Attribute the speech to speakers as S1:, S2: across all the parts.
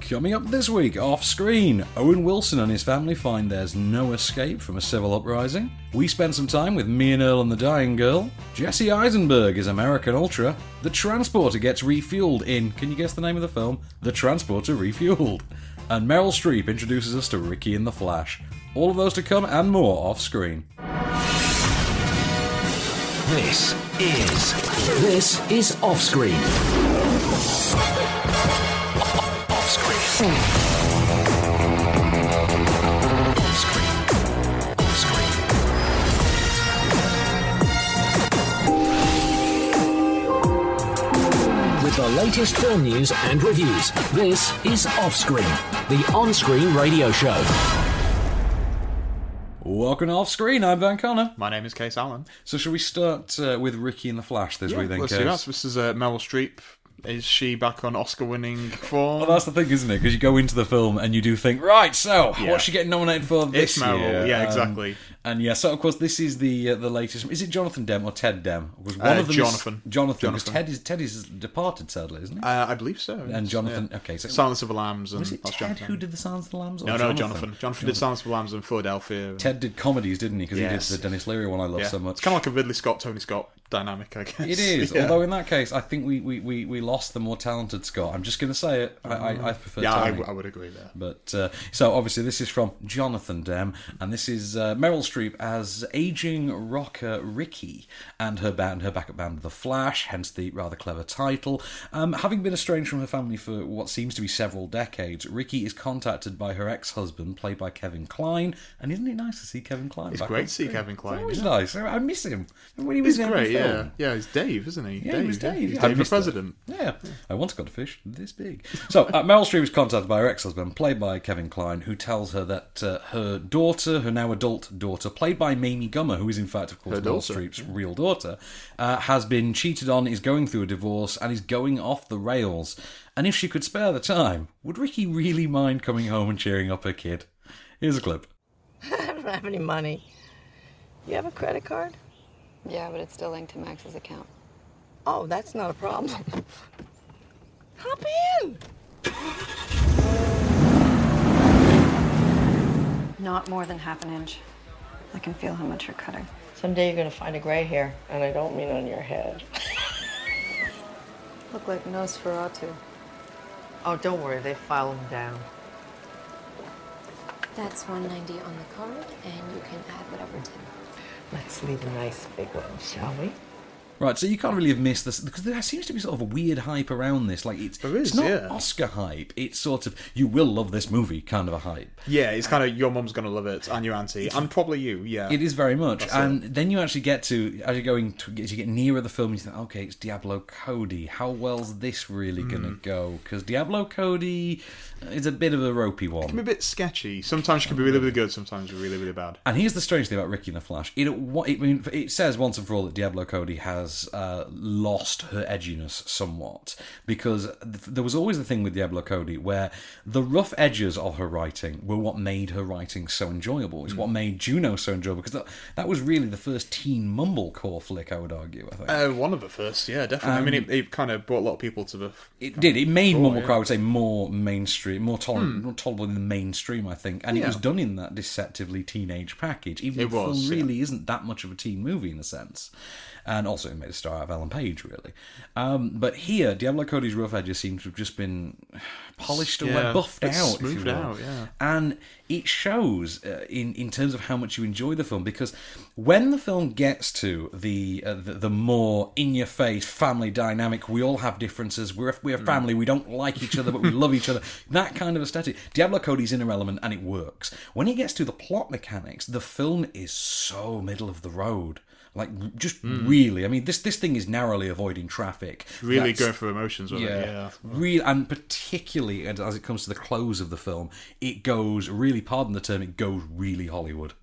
S1: Coming up this week, off screen, Owen Wilson and his family find there's no escape from a civil uprising. We spend some time with Me and Earl and the Dying Girl. Jesse Eisenberg is American Ultra. The Transporter gets refueled in, can you guess the name of the film? The Transporter Refueled. And Meryl Streep introduces us to Ricky in the Flash. All of those to come and more off screen.
S2: This is this is off screen. Off screen. Off screen. Off screen. With the latest film news and reviews, this is off screen, the on-screen radio show.
S1: Welcome to Off Screen, I'm Van Connor.
S3: My name is Case Allen.
S1: So, shall we start uh, with Ricky in the Flash this week then,
S3: let's do
S1: Case?
S3: that. So This is uh, Meryl Streep. Is she back on Oscar-winning form?
S1: Well, Oh, that's the thing, isn't it? Because you go into the film and you do think, right, so
S3: Yeah.
S1: what's she getting nominated for this
S3: It's Meryl.
S1: year?
S3: Yeah,
S1: Um,
S3: exactly.
S1: and yeah, so of course this is the uh, the latest. Is it Jonathan Demme or Ted Demme? Was one
S3: Uh,
S1: of them is-
S3: Jonathan.
S1: Jonathan. Because
S3: Jonathan.
S1: Ted is Ted is departed sadly, isn't he?
S3: uh, I believe so. yes,
S1: and Jonathan.
S3: yeah.
S1: Okay, so
S3: Silence of the Lambs and
S1: was it
S3: that's
S1: Ted
S3: Jonathan.
S1: who did the Silence of the Lambs? Or
S3: No, no,
S1: Jonathan?
S3: Jonathan. Jonathan did Silence of the Lambs and Philadelphia.
S1: Ted did comedies, didn't he? Because
S3: Yes.
S1: he did the Dennis Leary one I love
S3: yeah.
S1: so much.
S3: It's kind of like a Ridley Scott Tony Scott dynamic, I guess.
S1: It is,
S3: Yeah,
S1: although in that case, I think we, we, we, we lost the more talented Scott. I'm just going to say it. I, I, I prefer.
S3: yeah I,
S1: Tony.
S3: w- I would agree there.
S1: But uh, so obviously this is from Jonathan Demme, and this is uh, Meryl Streep as aging rocker Ricky and her band, her backup band, The Flash, hence the rather clever title. Um, having been estranged from her family for what seems to be several decades, Ricky is contacted by her ex-husband, played by Kevin Klein, and isn't it nice to see Kevin Klein?
S3: It's
S1: back
S3: great
S1: on
S3: to see
S1: screen?
S3: Kevin Klein,
S1: It's always
S3: yeah.
S1: nice. I miss him. When he was
S3: He's
S1: in
S3: great,
S1: every film.
S3: yeah. Yeah, he's Dave, isn't he?
S1: Yeah,
S3: Dave,
S1: it was
S3: yeah.
S1: Dave.
S3: He's
S1: I
S3: Dave for
S1: missed that.
S3: president.
S1: Yeah. I once got a fish this big. So, uh, Meryl Streep is contacted by her ex husband, played by Kevin Klein, who tells her that uh, her daughter, her now adult daughter, played by Mamie Gummer, who is in fact, of course,
S3: Her
S1: Meryl
S3: daughter.
S1: Streep's real daughter, uh, has been cheated on, is going through a divorce, and is going off the rails. And if she could spare the time, would Ricky really mind coming home and cheering up her kid? Here's a clip.
S4: I don't have any money. You have a credit card?
S5: Yeah, but it's still linked to Max's account.
S4: Oh, that's not a problem. Hop in.
S5: Not more than half an inch. I can feel how much you're cutting.
S4: Someday you're gonna find a gray hair, and I don't mean on your head.
S5: Look like Nosferatu.
S4: Oh, don't worry, they file them down.
S6: That's 190 on the card, and you can add whatever tip.
S4: Let's leave a nice big one, shall we?
S1: Right, so you can't really have missed this because there seems to be sort of a weird hype around this. Like it's
S3: There is,
S1: it's not
S3: yeah.
S1: Oscar hype. It's sort of you will love this movie kind of a hype.
S3: Yeah, it's kind of your mum's going to love it, and your auntie, and probably you, yeah.
S1: It is very much,
S3: That's it.
S1: and then you actually get to as you're going to as you get nearer the film, you think, okay, it's Diablo Cody. How well's this really gonna
S3: Hmm.
S1: go? Because Diablo Cody is a bit of a ropey one.
S3: I'm a bit sketchy. Sometimes she can be really, really good, sometimes really, really bad.
S1: And here's the strange thing about Ricky and the Flash. It, what, it, I mean, it says once and for all that Diablo Cody has uh, lost her edginess somewhat because th- there was always the thing with Diablo Cody where the rough edges of her writing were what made her writing so enjoyable. It's what made Juno so enjoyable because that, that was really the first teen mumble core flick, I would argue, I think.
S3: Uh, one of the first, yeah, definitely. I mean,
S1: Um,
S3: it, it kind of brought a lot of people to the.
S1: It did. It made Mumble Cry, I would say, more mainstream, more tolerant, more tolerable in the mainstream, I think. And it
S3: Hmm. Yeah.
S1: was done in that deceptively teenage package, even
S3: It
S1: though the
S3: was,
S1: film
S3: yeah.
S1: really isn't that much of a teen movie in a sense. And also, it made a star out of Alan Page, really. Um, but here, Diablo Cody's rough edges seem to have just been polished away,
S3: Yeah,
S1: buffed
S3: it's
S1: out, if you
S3: smoothed
S1: will.
S3: out, yeah.
S1: And it shows uh, in in terms of how much you enjoy the film because when the film gets to the uh, the, the more in your face family dynamic, we all have differences. We're a,
S3: Hmm.
S1: we're a family. We don't like each other, but we love each other. That kind of aesthetic. Diablo Cody's inner element, and it works. When it gets to the plot mechanics, the film is so middle of the road. Like just
S3: Hmm.
S1: really, I mean, this this thing is narrowly avoiding traffic.
S3: Really
S1: That's-
S3: going for emotions, with it,
S1: yeah.
S3: yeah.
S1: Real and particularly as as it comes to the close of the film, it goes really. Pardon the term, it goes really Hollywood,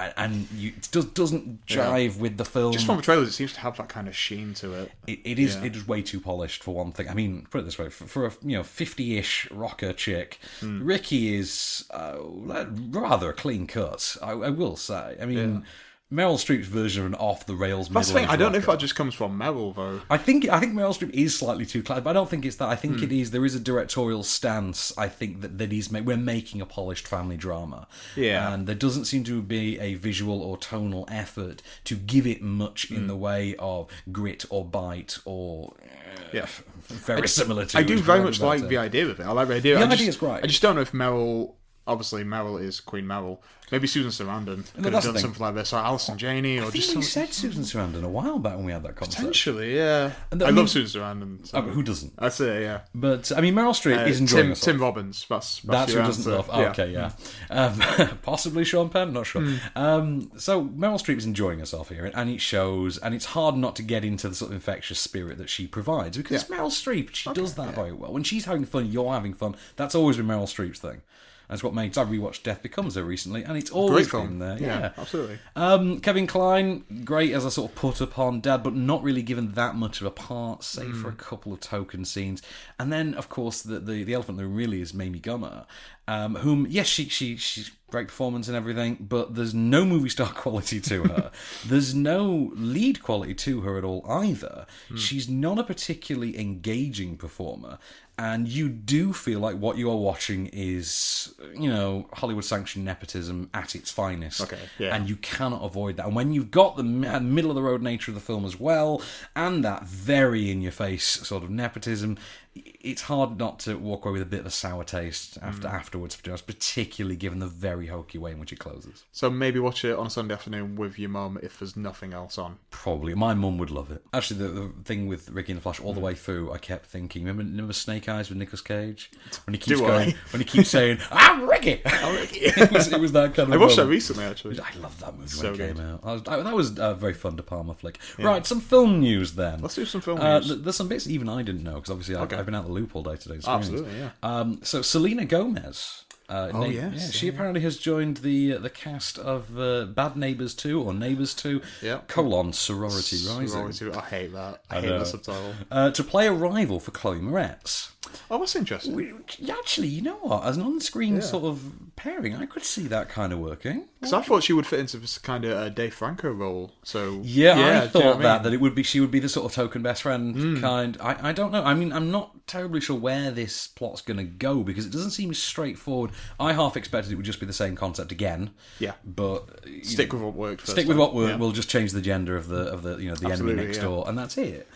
S1: and, and you, it does, doesn't jive with the film.
S3: Just from the trailers, it seems to have that kind of sheen to it.
S1: it, it is
S3: Yeah.
S1: it is way too polished for one thing. I mean, put it this way: for, for a you know fifty-ish rocker chick,
S3: Hmm.
S1: Ricky is uh, rather a clean cut. I, I will say. I mean. Meryl Streep's version of an off the rails.
S3: That's the thing. I don't know if
S1: I.
S3: that just comes from Meryl though.
S1: I think I think Meryl Streep is slightly too classy, but I don't think it's that. I think it
S3: Hmm.
S1: is there is a directorial stance. I think that that is ma- we're making a polished family drama,
S3: Yeah.
S1: and there doesn't seem to be a visual or tonal effort to give it much
S3: Hmm.
S1: in the way of grit or bite or uh,
S3: Yeah.
S1: very similar to.
S3: I do very much
S1: uh,
S3: like the idea of it. I like the idea.
S1: The
S3: I just,
S1: idea is great.
S3: I just don't know if Meryl. Obviously, Meryl is Queen Meryl. Maybe Susan Sarandon could have
S1: that's the
S3: done
S1: thing.
S3: something like this, or Alison Janney, or
S1: I think
S3: just
S1: we
S3: some,
S1: said Susan Sarandon a while back when we had that conversation.
S3: potentially. Yeah,
S1: And
S3: I,
S1: I mean-
S3: love Susan Sarandon. So.
S1: Oh, but who doesn't?
S3: That's it. Yeah,
S1: But I mean, Meryl Streep
S3: Uh,
S1: is enjoying
S3: Tim,
S1: herself.
S3: Tim Robbins. That's that's,
S1: That's who
S3: your
S1: doesn't love.
S3: answer. Hmm.
S1: Oh, Okay, yeah. Um, possibly Sean Penn, not sure. Um, so Meryl Streep is enjoying herself here, and it shows. And it's hard not to get into the sort of infectious spirit that she provides because it's Meryl Streep. She does that very well. When she's having fun, you're having fun. That's always been Meryl Streep's thing. That's what makes I rewatched Death Becomes Her recently, and it's always
S3: Great
S1: been
S3: film.
S1: there.
S3: Yeah,
S1: yeah.
S3: absolutely.
S1: Um, Kevin Klein, great as a sort of put upon dad, but not really given that much of a part, save for a couple of token scenes. And then, of course, the the, the elephant in the room really is Mamie Gummer, um, whom yes, she she she's great performance and everything, but there's no movie star quality to her. there's no lead quality to her at all either. She's not a particularly engaging performer. And you do feel like what you are watching is, you know, Hollywood sanctioned nepotism at its finest
S3: Okay, yeah.
S1: and you cannot avoid that. And when you've got the uh, middle of the road nature of the film as well, and that very in your face sort of nepotism, it's hard not to walk away with a bit of a sour taste after
S3: Mm.
S1: afterwards, to be honest, particularly given the very hokey way in which it closes.
S3: So maybe watch it on a Sunday afternoon with your mum if there's nothing else on.
S1: Probably, my mum would love it. Actually, the, the thing with Ricky and the Flash all
S3: Mm.
S1: the way through, I kept thinking, remember, remember Snake Eyes with Nicolas Cage when he keeps
S3: Do I?
S1: going, when he keeps saying, "I'm Ricky," it, was, it was that kind of.
S3: I watched that
S1: moment.
S3: recently actually.
S1: I love that movie
S3: So
S1: when it came
S3: good.
S1: out. I was, I, that was a very fun De Palma flick. Right, some film news then.
S3: Let's do some film
S1: Uh,
S3: news.
S1: th- there's some bits even I didn't know because obviously I,
S3: Okay.
S1: I've been out the loop all day today. It's
S3: Absolutely,
S1: great.
S3: yeah.
S1: Um, so Selena Gomez. Uh, oh
S3: yes,
S1: yeah,
S3: yeah,
S1: she
S3: yeah.
S1: apparently has joined the uh, the cast of uh, Bad Neighbors Two or Neighbors Two
S3: Yeah.
S1: colon Sorority Rising
S3: Sorority- I hate that. I, hate
S1: know.
S3: that subtitle.
S1: Uh, to play a rival for Chloe Moretz.
S3: Oh, that's interesting.
S1: Which- Actually, you know what? As an on-screen sort of pairing, I could see that kind of working.
S3: Because I thought she would fit into this kind of uh, Dave Franco role. So
S1: Yeah, I
S3: do
S1: thought
S3: you know what
S1: that
S3: I mean? Hmm.
S1: that it would be she would be the sort of token best friend kind. I, I don't know. I mean, I'm not terribly sure where this plot's going to go because it doesn't seem straightforward. I half expected it would just be the same concept again.
S3: Yeah.
S1: but you
S3: Stick
S1: know,
S3: with what worked. First
S1: stick with
S3: time.
S1: what we're,
S3: Yeah.
S1: we'll just change the gender of the of the you know the enemy
S3: Absolutely,
S1: next
S3: yeah.
S1: door, and that's it.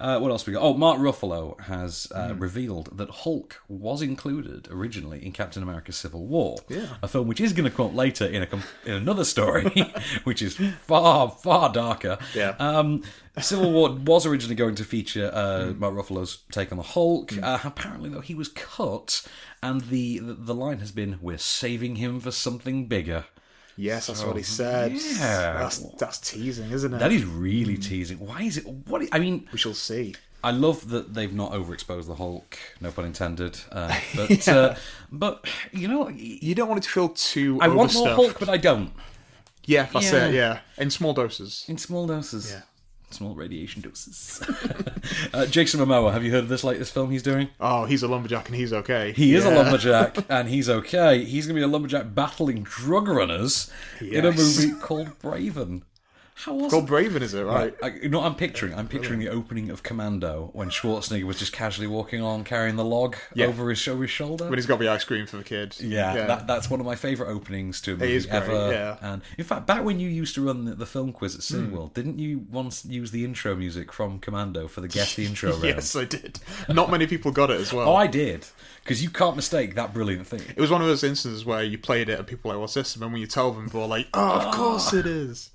S1: Uh, what else we got? Oh, Mark Ruffalo has uh,
S3: Hmm.
S1: revealed that Hulk was included originally in Captain America: Civil War,
S3: Yeah.
S1: a film which is going to come up later in a com- in another story, which is far far darker.
S3: Yeah.
S1: Um, Civil War was originally going to feature uh,
S3: Hmm.
S1: Mark Ruffalo's take on the Hulk. Uh, apparently, though, he was cut, and the, the the line has been, "We're saving him for something bigger."
S3: Yes, that's what he said.
S1: oh, Yeah.
S3: that's, that's teasing, isn't it?
S1: That is really teasing. Why is it? What I mean,
S3: We shall see.
S1: Mm. I love that they've not overexposed the Hulk. No pun intended. Uh, but uh, but you know,
S3: You don't want it to feel too.
S1: I want more
S3: overstuffed.
S1: Hulk, but I don't.
S3: yeah, that's
S1: Yeah.
S3: it. Yeah, in small doses.
S1: In small doses.
S3: Yeah.
S1: Small radiation doses. uh, Jason Momoa, have you heard of this latest film he's doing?
S3: Oh, he's a lumberjack and he's okay.
S1: He is a
S3: Yeah.
S1: lumberjack, and he's okay. He's going to be a lumberjack battling drug runners in a
S3: Yes.
S1: movie called Braven. How awesome!
S3: Called Braven, is it right?
S1: I, you know what I'm picturing? I'm picturing the opening of Commando when Schwarzenegger was just casually walking on carrying the log
S3: Yeah.
S1: over his over his shoulder.
S3: When he's got the ice cream for the kids.
S1: yeah, That, that's one of my favourite openings to a movie
S3: is great,
S1: ever.
S3: yeah. Hmm.
S1: And in fact, back when you used to run the, the film quiz at Cineworld, didn't you once use the intro music from Commando for the guess the intro round?
S3: yes, I did. Not many people got it as well.
S1: Oh, I did because you can't mistake that brilliant thing.
S3: It was one of those instances where you played it and people were like, "What's this?" And then when you tell them, they're like, "Oh,
S1: Ah.
S3: of course it is."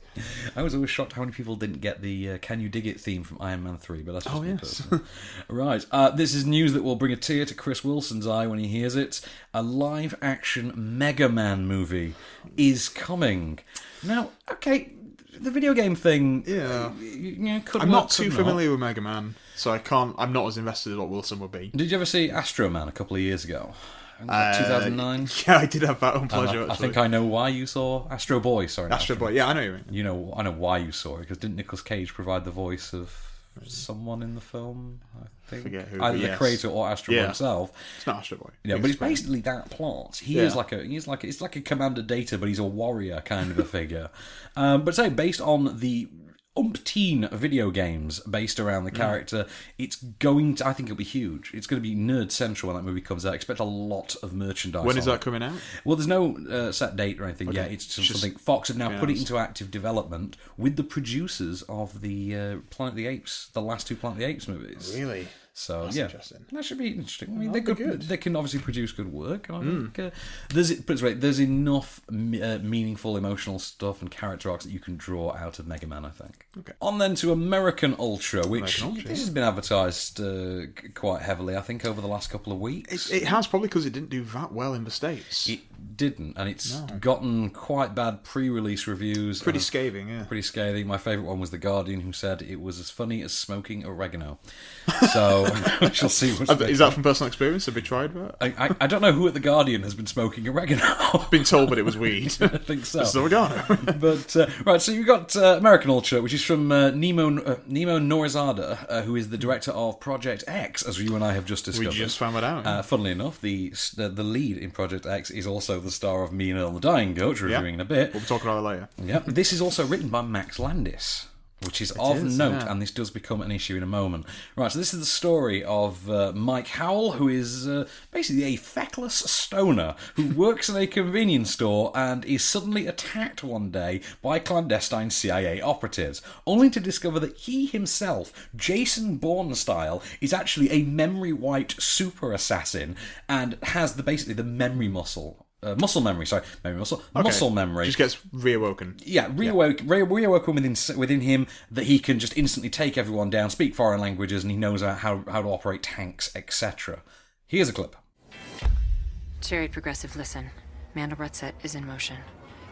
S1: I was always shocked how many people didn't get the uh, "Can You Dig It" theme from Iron Man Three, but that's just
S3: Oh,
S1: me
S3: yes.
S1: personally. right. Uh, this is news that will bring a tear to Chris Wilson's eye when he hears it. A live-action Mega Man movie is coming. Now, okay, the video game thing. uh,
S3: Yeah.
S1: you- you could
S3: I'm
S1: work,
S3: not too
S1: could
S3: familiar with Mega Man, so I can't. I'm not as invested as what Wilson would be.
S1: Did you ever see Astro Man a couple of years ago? Two thousand nine.
S3: Uh, Yeah, I did have that own pleasure.
S1: I
S3: actually.
S1: think I know why you saw Astro Boy. Sorry, not
S3: Astro Boy. Yeah, I know you mean.
S1: you know, I know why you saw it because didn't Nicolas Cage provide the voice of someone in the film. I think
S3: Forget who,
S1: either
S3: but
S1: the
S3: yes.
S1: creator or Astro Boy
S3: Yeah.
S1: himself.
S3: It's not Astro Boy.
S1: You know, but it's basically that plot. He is
S3: Yeah.
S1: like a he's like it's like a commander data, but he's a warrior kind of a figure. um, but so based on the umpteen video games based around
S3: Mm.
S1: the character, it's going to I think it'll be huge. It's going to be nerd central when that movie comes out. Expect a lot of merchandise.
S3: When is
S1: on
S3: that coming out?
S1: it. Well, there's no uh, set date or anything yet. It's just,
S3: Just-
S1: something Fox have now
S3: yeah,
S1: put it
S3: it's-
S1: into active development with the producers of the uh, Planet of the Apes, the last two Planet of the Apes movies.
S3: Really?
S1: So yeah,
S3: interesting. Oh,
S1: that should be interesting. I mean, they
S3: that'd
S1: could,
S3: be good. Hmm.
S1: they can obviously produce good work, and I think uh, there's put it this way, there's enough m- uh, meaningful emotional stuff and character arcs that you can draw out of Mega Man. I think.
S3: Okay.
S1: On then to American Ultra, which
S3: American Ultra.
S1: this has been advertised uh, c- quite heavily, I think, over the last couple of weeks.
S3: It, it has probably because it didn't do that well in the states.
S1: It didn't, and it's gotten quite bad pre-release reviews.
S3: Pretty
S1: and-
S3: scathing, yeah.
S1: uh, pretty scathing. My favourite one was The Guardian, who said it was as funny as smoking oregano. So I shall see what's
S3: Uh, Is that from personal experience? Have you tried that?
S1: I, I, I don't know who at the Guardian has been smoking oregano.
S3: I've been told, but it was weed.
S1: I think so.
S3: It's oregano.
S1: But uh, right, so you've got uh, American Ultra, which is from uh, Nemo uh, Nemo Norizada, uh, who is the director of Project X, as you and I have just
S3: we
S1: discovered.
S3: just found that out.
S1: Uh, funnily enough, the s- the the lead in Project X is also the star of Me and Earl and the Dying Goat, we're
S3: Yeah.
S1: reviewing in a bit. Mm.
S3: We'll be talking about it later.
S1: Yep. This is also written by Max Landis, which is of
S3: is,
S1: note,
S3: yeah.
S1: and this does become an issue in a moment. Right, so this is the story of uh, Mike Howell, who is uh, basically a feckless stoner who works in a convenience store and is suddenly attacked one day by clandestine CIA operatives, only to discover that he himself, Jason Bourne style, is actually a memory wiped super assassin and has the basically the memory muscle. Uh, muscle memory, sorry, memory muscle,
S3: Okay.
S1: muscle memory
S3: Just gets reawoken.
S1: yeah, reawoke, re reawoken within within him that he can just instantly take everyone down, speak foreign languages, and he knows how how to operate tanks, etc. Here's a clip.
S7: Cherry Progressive, listen. Mandelbrot set is in motion.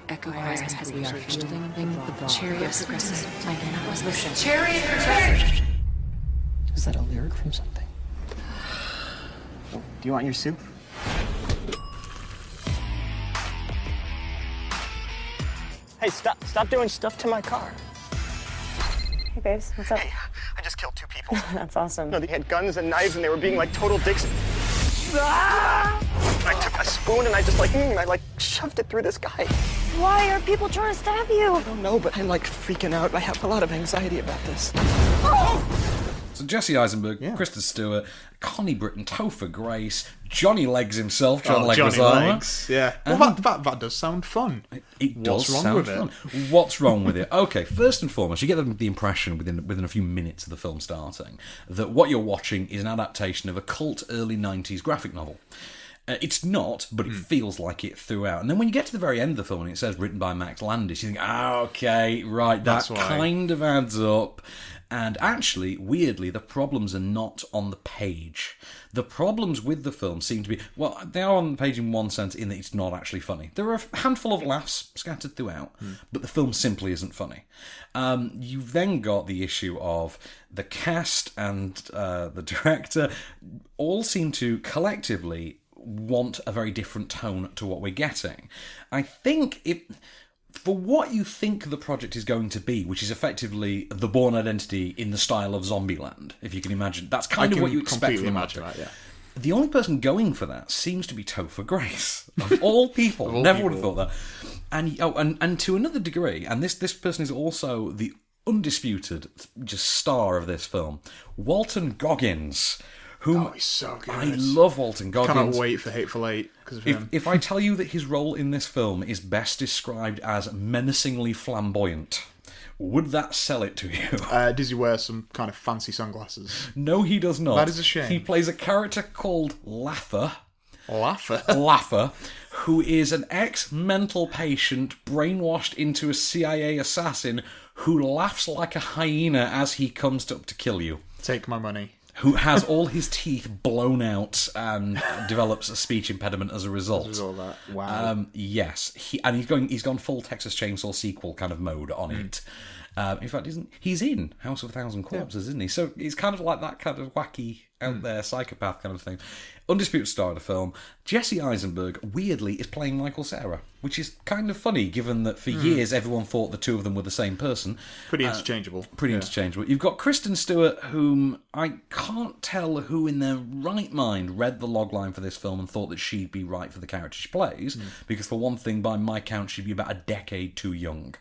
S7: Echo Horizons has been refueled. Cherry Progressive, my name was Lucian.
S5: Cherry progressive.
S8: Is that a lyric from something? Do you want your soup? Hey, stop! Stop doing stuff to my car.
S9: Hey, babes, what's up?
S8: Hey, I just killed two people.
S9: That's awesome.
S8: no, they had guns and knives, and they were being like total dicks. I took a spoon and I just like, mm, and I like shoved it through this guy.
S9: Why are people trying to stab you?
S8: I don't know, but I'm like freaking out. I have a lot of anxiety about this.
S1: So Jesse Eisenberg, Kristen Stewart, Connie Britton, Topher Grace, Johnny Legs himself, John
S3: Oh, Johnny
S1: Leguizamo.
S3: Legs. Yeah. Well,
S1: And-
S3: that, that, that does sound fun.
S1: It
S3: What's
S1: does
S3: wrong
S1: sound
S3: with
S1: fun. What's wrong with it? Okay, first and foremost, you get the- the impression within within a few minutes of the film starting that what you're watching is an adaptation of a cult early '90s graphic novel. Uh, it's not, but
S3: Hmm.
S1: it feels like it throughout. And then when you get to the very end of the film and it says written by Max Landis, you think, ah, okay, right, that
S3: That's why.
S1: kind of adds up. And actually, weirdly, the problems are not on the page. The problems with the film seem to be well, they are on the page in one sense, in that it's not actually funny. There are a handful of laughs scattered throughout,
S3: Hmm.
S1: but the film simply isn't funny. Um, you've then got the issue of the cast and uh, the director all seem to collectively want a very different tone to what we're getting. I think if for what you think the project is going to be, which is effectively the Born Identity in the style of Zombieland, if you can imagine, that's
S3: I
S1: kind
S3: can
S1: of what you expect.
S3: completely
S1: from a
S3: imagine
S1: project.
S3: that, yeah.
S1: The only person going for that seems to be Topher Grace of all people.
S3: all
S1: Never
S3: people.
S1: would have thought that. And oh, and and to another degree, and this this person is also the undisputed just star of this film, Walton Goggins, whom
S3: Oh, he's so good.
S1: I love. Walton Goggins.
S3: Cannot wait for Hateful Eight because of
S1: If,
S3: him.
S1: if I tell you that his role in this film is best described as menacingly flamboyant, would that sell it to you?
S3: uh, does he wear some kind of fancy sunglasses?
S1: No, he does not.
S3: That is a shame.
S1: He plays a character called Laffer,
S3: Laugher.
S1: Laffer, who is an ex mental patient brainwashed into a CIA assassin who laughs like a hyena as he comes to, up to kill you.
S3: Take my money.
S1: Who has all his teeth blown out and develops a speech impediment as a result.
S3: All that. Wow.
S1: Um, yes, he and he's going. He's gone full Texas Chainsaw sequel kind of mode on it. Um, in fact, isn't he's in House of a Thousand Corpses, isn't he? So it's kind of like that kind of wacky out there, psychopath kind of thing. Undisputed star of the film, Jesse Eisenberg, weirdly, is playing Michael Sarah, which is kind of funny given that for years everyone thought the two of them were the same person.
S3: Pretty interchangeable.
S1: uh, Pretty interchangeable. You've got Kristen Stewart, whom I can't tell who in their right mind read the logline for this film and thought that she'd be right for the character she plays,
S3: Hmm.
S1: because for one thing, by my count, she'd be about a decade too young.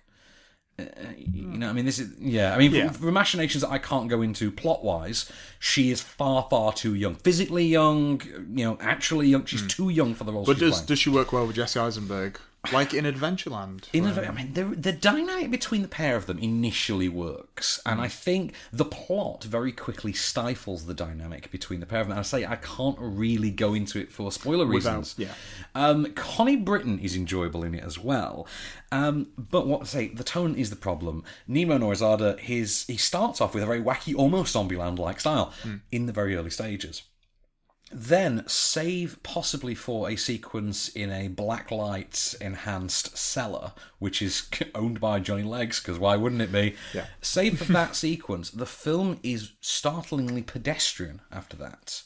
S1: Uh, you know, I mean, this is yeah. I mean,
S3: Hmm. Yeah.
S1: For, for machinations that I can't go into plot wise, she is far, far too young, physically young. You know, actually young. She's too young for the role.
S3: Hmm. But
S1: she's
S3: does
S1: playing.
S3: does she work well with Jesse Eisenberg? Like in Adventureland.
S1: In
S3: where-
S1: a, I mean, the, the dynamic between the pair of them initially works, and I think the plot very quickly stifles the dynamic between the pair of them. And I say I can't really go into it for spoiler
S3: Without-
S1: reasons.
S3: yeah.
S1: Um, Connie Britton is enjoyable in it as well, um, but what I say the tone is the problem. Nemo Norizada, his he starts off with a very wacky, almost Zombieland like style in the very early stages then save possibly for a sequence in a blacklight enhanced cellar which is owned by johnny legs because why wouldn't it be
S3: Yeah.
S1: save for that sequence the film is startlingly pedestrian after that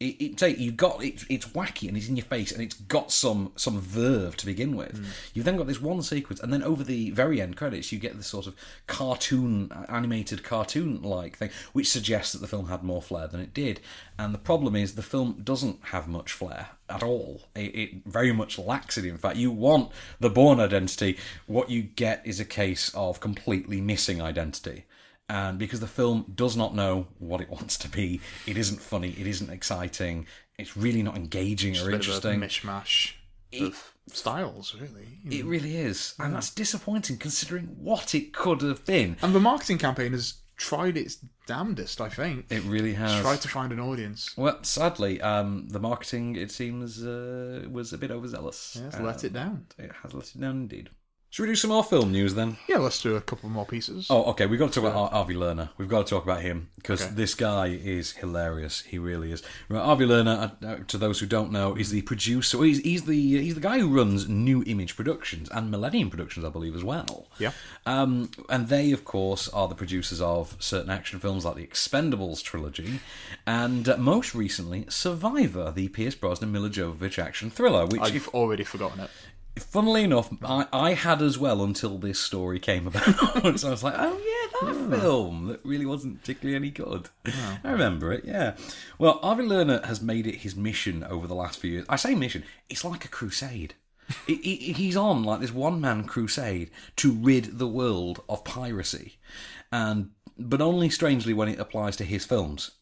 S1: it, it say you've got it, it's wacky and it's in your face and it's got some some verve to begin with. You've then got this one sequence, and then over the very end credits, you get this sort of cartoon animated cartoon like thing, which suggests that the film had more flair than it did. And the problem is the film doesn't have much flair at all. It, it very much lacks it. In fact, you want the born identity. What you get is a case of completely missing identity and because the film does not know what it wants to be, it isn't funny, it isn't exciting, it's really not engaging or
S3: bit of a
S1: interesting.
S3: mishmash of styles, really. you
S1: It
S3: know.
S1: really is, and that's disappointing considering what it could have been.
S3: and the marketing campaign has tried its damnedest, I think.
S1: It really has.
S3: tried to find an audience.
S1: Well, sadly, um, the marketing it seems uh, was a bit overzealous.
S3: Yes,
S1: Uh,
S3: let it down.
S1: It has let it down indeed. Should we do some more film news then?
S3: Yeah, let's do a couple more pieces.
S1: Oh, okay. We've got to talk about Ar- Arvie Lerner. We've got to talk about him because
S3: Okay.
S1: this guy is hilarious. He really is. Right, Arvie Lerner, uh, uh, to those who don't know, is the producer. well, He's, he's the he's the guy who runs New Image Productions and Millennium Productions, I believe, as well.
S3: Yeah.
S1: Um, and they, of course, are the producers of certain action films like the Expendables trilogy, and uh, most recently Survivor, the Pierce Brosnan Mila Jovovich action thriller, which,
S3: I've
S1: if,
S3: already forgotten it.
S1: funnily enough, I, I had as well until this story came about. so I was like, oh yeah, that film that really wasn't particularly any good. I remember it, yeah. Well, Arvin Lerner has made it his mission over the last few years. I say mission, it's like a crusade. He- he- he's on like this one man crusade to rid the world of piracy, and but only strangely when it applies to his films.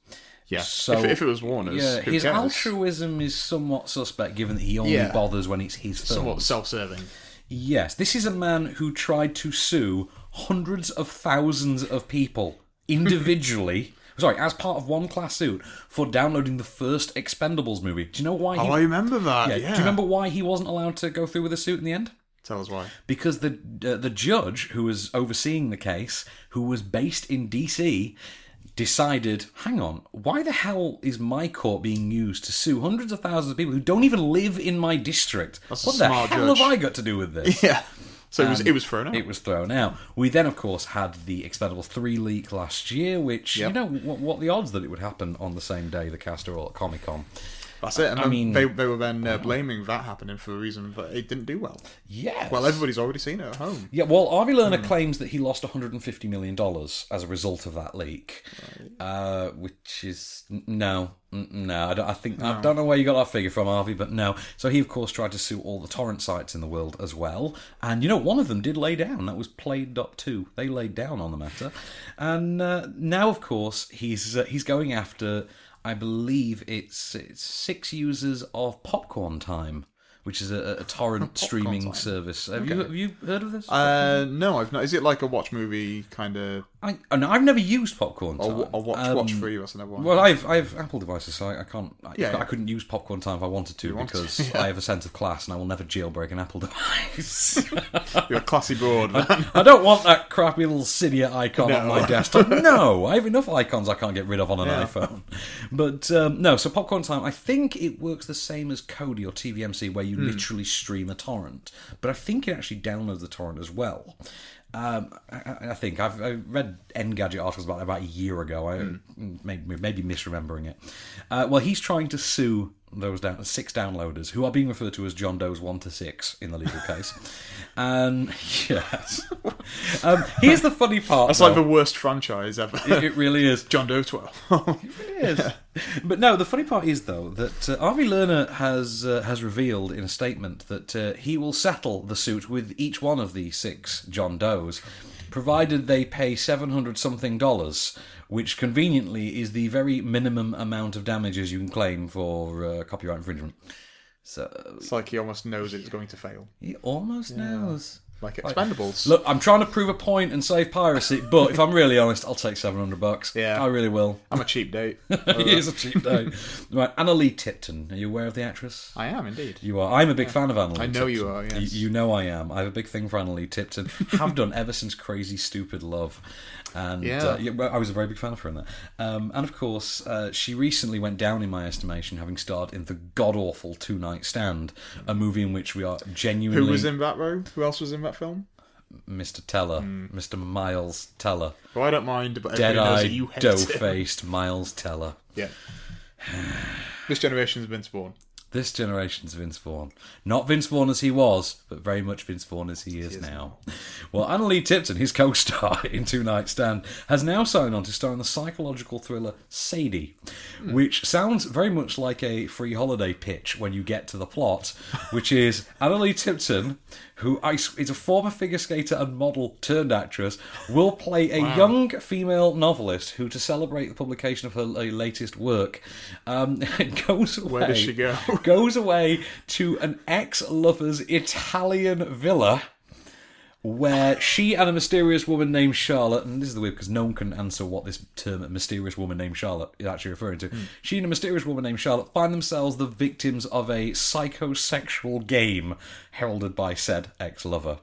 S3: Yeah.
S1: So
S3: if, if it was Warner's,
S1: yeah,
S3: who
S1: his
S3: cares?
S1: altruism is somewhat suspect given that he only
S3: Yeah.
S1: bothers when it's his film.
S3: somewhat self-serving.
S1: Yes, this is a man who tried to sue hundreds of thousands of people individually. sorry, as part of one class suit for downloading the first Expendables movie. Do you know why?
S3: Oh, I remember that. Yeah.
S1: Do you remember why he wasn't allowed to go through with the suit in the end?
S3: Tell us why.
S1: because the uh, the judge who was overseeing the case, who was based in DC, decided, hang on, why the hell is my court being used to sue hundreds of thousands of people who don't even live in my district?
S3: That's a
S1: what the hell
S3: smart judge."
S1: have I got to do with this?
S3: Yeah. So it was it was thrown out.
S1: Um, It was thrown out. We then, of course, had the Expendables 3 leak last year, which, you
S3: Yep.
S1: know, what, what the odds that it would happen on the same day the cast are all at Comic Con?
S3: That's it. And
S1: I
S3: then
S1: mean- uh-huh.
S3: they they were then uh, blaming that happening for a reason that it didn't do well.
S1: Yeah.
S3: Well, everybody's already seen it at home.
S1: Yeah, well, Arvie Lerner claims that he lost 150 million dollars as a result of that leak, uh, which is n- no, n- no. I don't, I think I don't know where you got that figure from, Arvie, but no. So he, of course, tried to sue all the torrent sites in the world as well, and you know, one of them did lay down. That was Play.2. They laid down on the matter, and uh, now, of course, he's uh, he's going after. I believe it's, it's six users of Popcorn Time, which is a, a torrent streaming
S3: Time.
S1: service. Have you have you heard of this?
S3: Uh, no, I've not. Is it like a watch movie kind of
S1: I, and I've never used popcorn time.
S3: or, wa- or watch
S1: Um,
S3: watch free? That's another one.
S1: Well, I've I've Apple devices, so I, I can't. I,
S3: Yeah,
S1: I
S3: yeah.
S1: couldn't use popcorn time if I wanted to
S3: wanted
S1: because
S3: to, yeah.
S1: I have a sense of class and I will never jailbreak an Apple device.
S3: You're a classy broad.
S1: I don't want that crappy little Cydia icon on
S3: No.
S1: my desktop. No, I have enough icons I can't get rid of on an
S3: Yeah.
S1: iPhone. But um, no, so popcorn time. I think it works the same as Kodi or
S3: Hmm.
S1: TVMC, where you literally stream a torrent. But I think it actually downloads the torrent as well. Um, I, I think I've I read Engadget articles about that about a year ago. I
S3: Hmm.
S1: maybe, maybe misremembering it. Uh, well, he's trying to sue those down, six downloaders who are being referred to as John Doe's one to six in the legal case. and yes, um, here's the funny part.
S3: That's like the
S1: though.
S3: worst franchise ever.
S1: It- it really is.
S3: John Doe 12.
S1: Yes. But no, the funny part is though that uh, Harvey Lerner has uh, has revealed in a statement that uh, he will settle the suit with each one of the six John Does, provided they pay seven hundred something dollars, which conveniently is the very minimum amount of damages you can claim for uh, copyright infringement. So
S3: it's like he almost knows it's going to fail.
S1: he almost knows.
S3: Like Expendables.
S1: Look, I'm trying to prove a point and save piracy, but if I'm really honest, I'll take seven hundred bucks.
S3: Yeah.
S1: I really will.
S3: I'm a cheap date.
S1: he is a cheap date. right, Anna Lee Tipton. Are you aware of the actress?
S3: Oh, I am indeed.
S1: You are. I'm a big fan of Anna Lee
S3: I know
S1: Tipton.
S3: you are, yes.
S1: You, you know I am. I have a big thing for Anna Lee Tipton. have done ever since Crazy Stupid Love. And
S3: Yeah.
S1: uh, yeah, well, I was a very big fan of her in that. Um, and of course, uh, she recently went down in my estimation, having starred in the god awful Two Night Stand, a movie in which we are genuinely
S3: Who was in that row? Who else was in that film?
S1: Mr. Teller, Mr. Miles Teller,
S3: Well, I don't mind, but everyone
S1: dead
S3: Hmm. knows that
S1: eyed,
S3: you hate
S1: dough
S3: it.
S1: faced Miles Teller.
S3: Yeah. This generation's been spawned.
S1: This generation's Vince Vaughn. Not Vince Vaughn as he was, but very much Vince Vaughn as he is, now. Well, Anna Lee Tipton, his co star in Two Night Stand, has now signed on to star in the psychological thriller Sadie, which sounds very much like a free holiday pitch when you get to the plot, which is Anna Lee Tipton, who I s- is a former figure skater and model turned actress, will play a young female novelist who, to celebrate the publication of her la- latest work, um, goes away.
S3: Where does she go?
S1: goes away to an ex-lover's Italian villa. Where she and a mysterious woman named Charlotte, and this is the weird because no one can answer what this term mysterious woman named Charlotte is actually referring to.
S3: Hmm.
S1: She and a mysterious woman named Charlotte find themselves the victims of a psychosexual game heralded by said ex lover.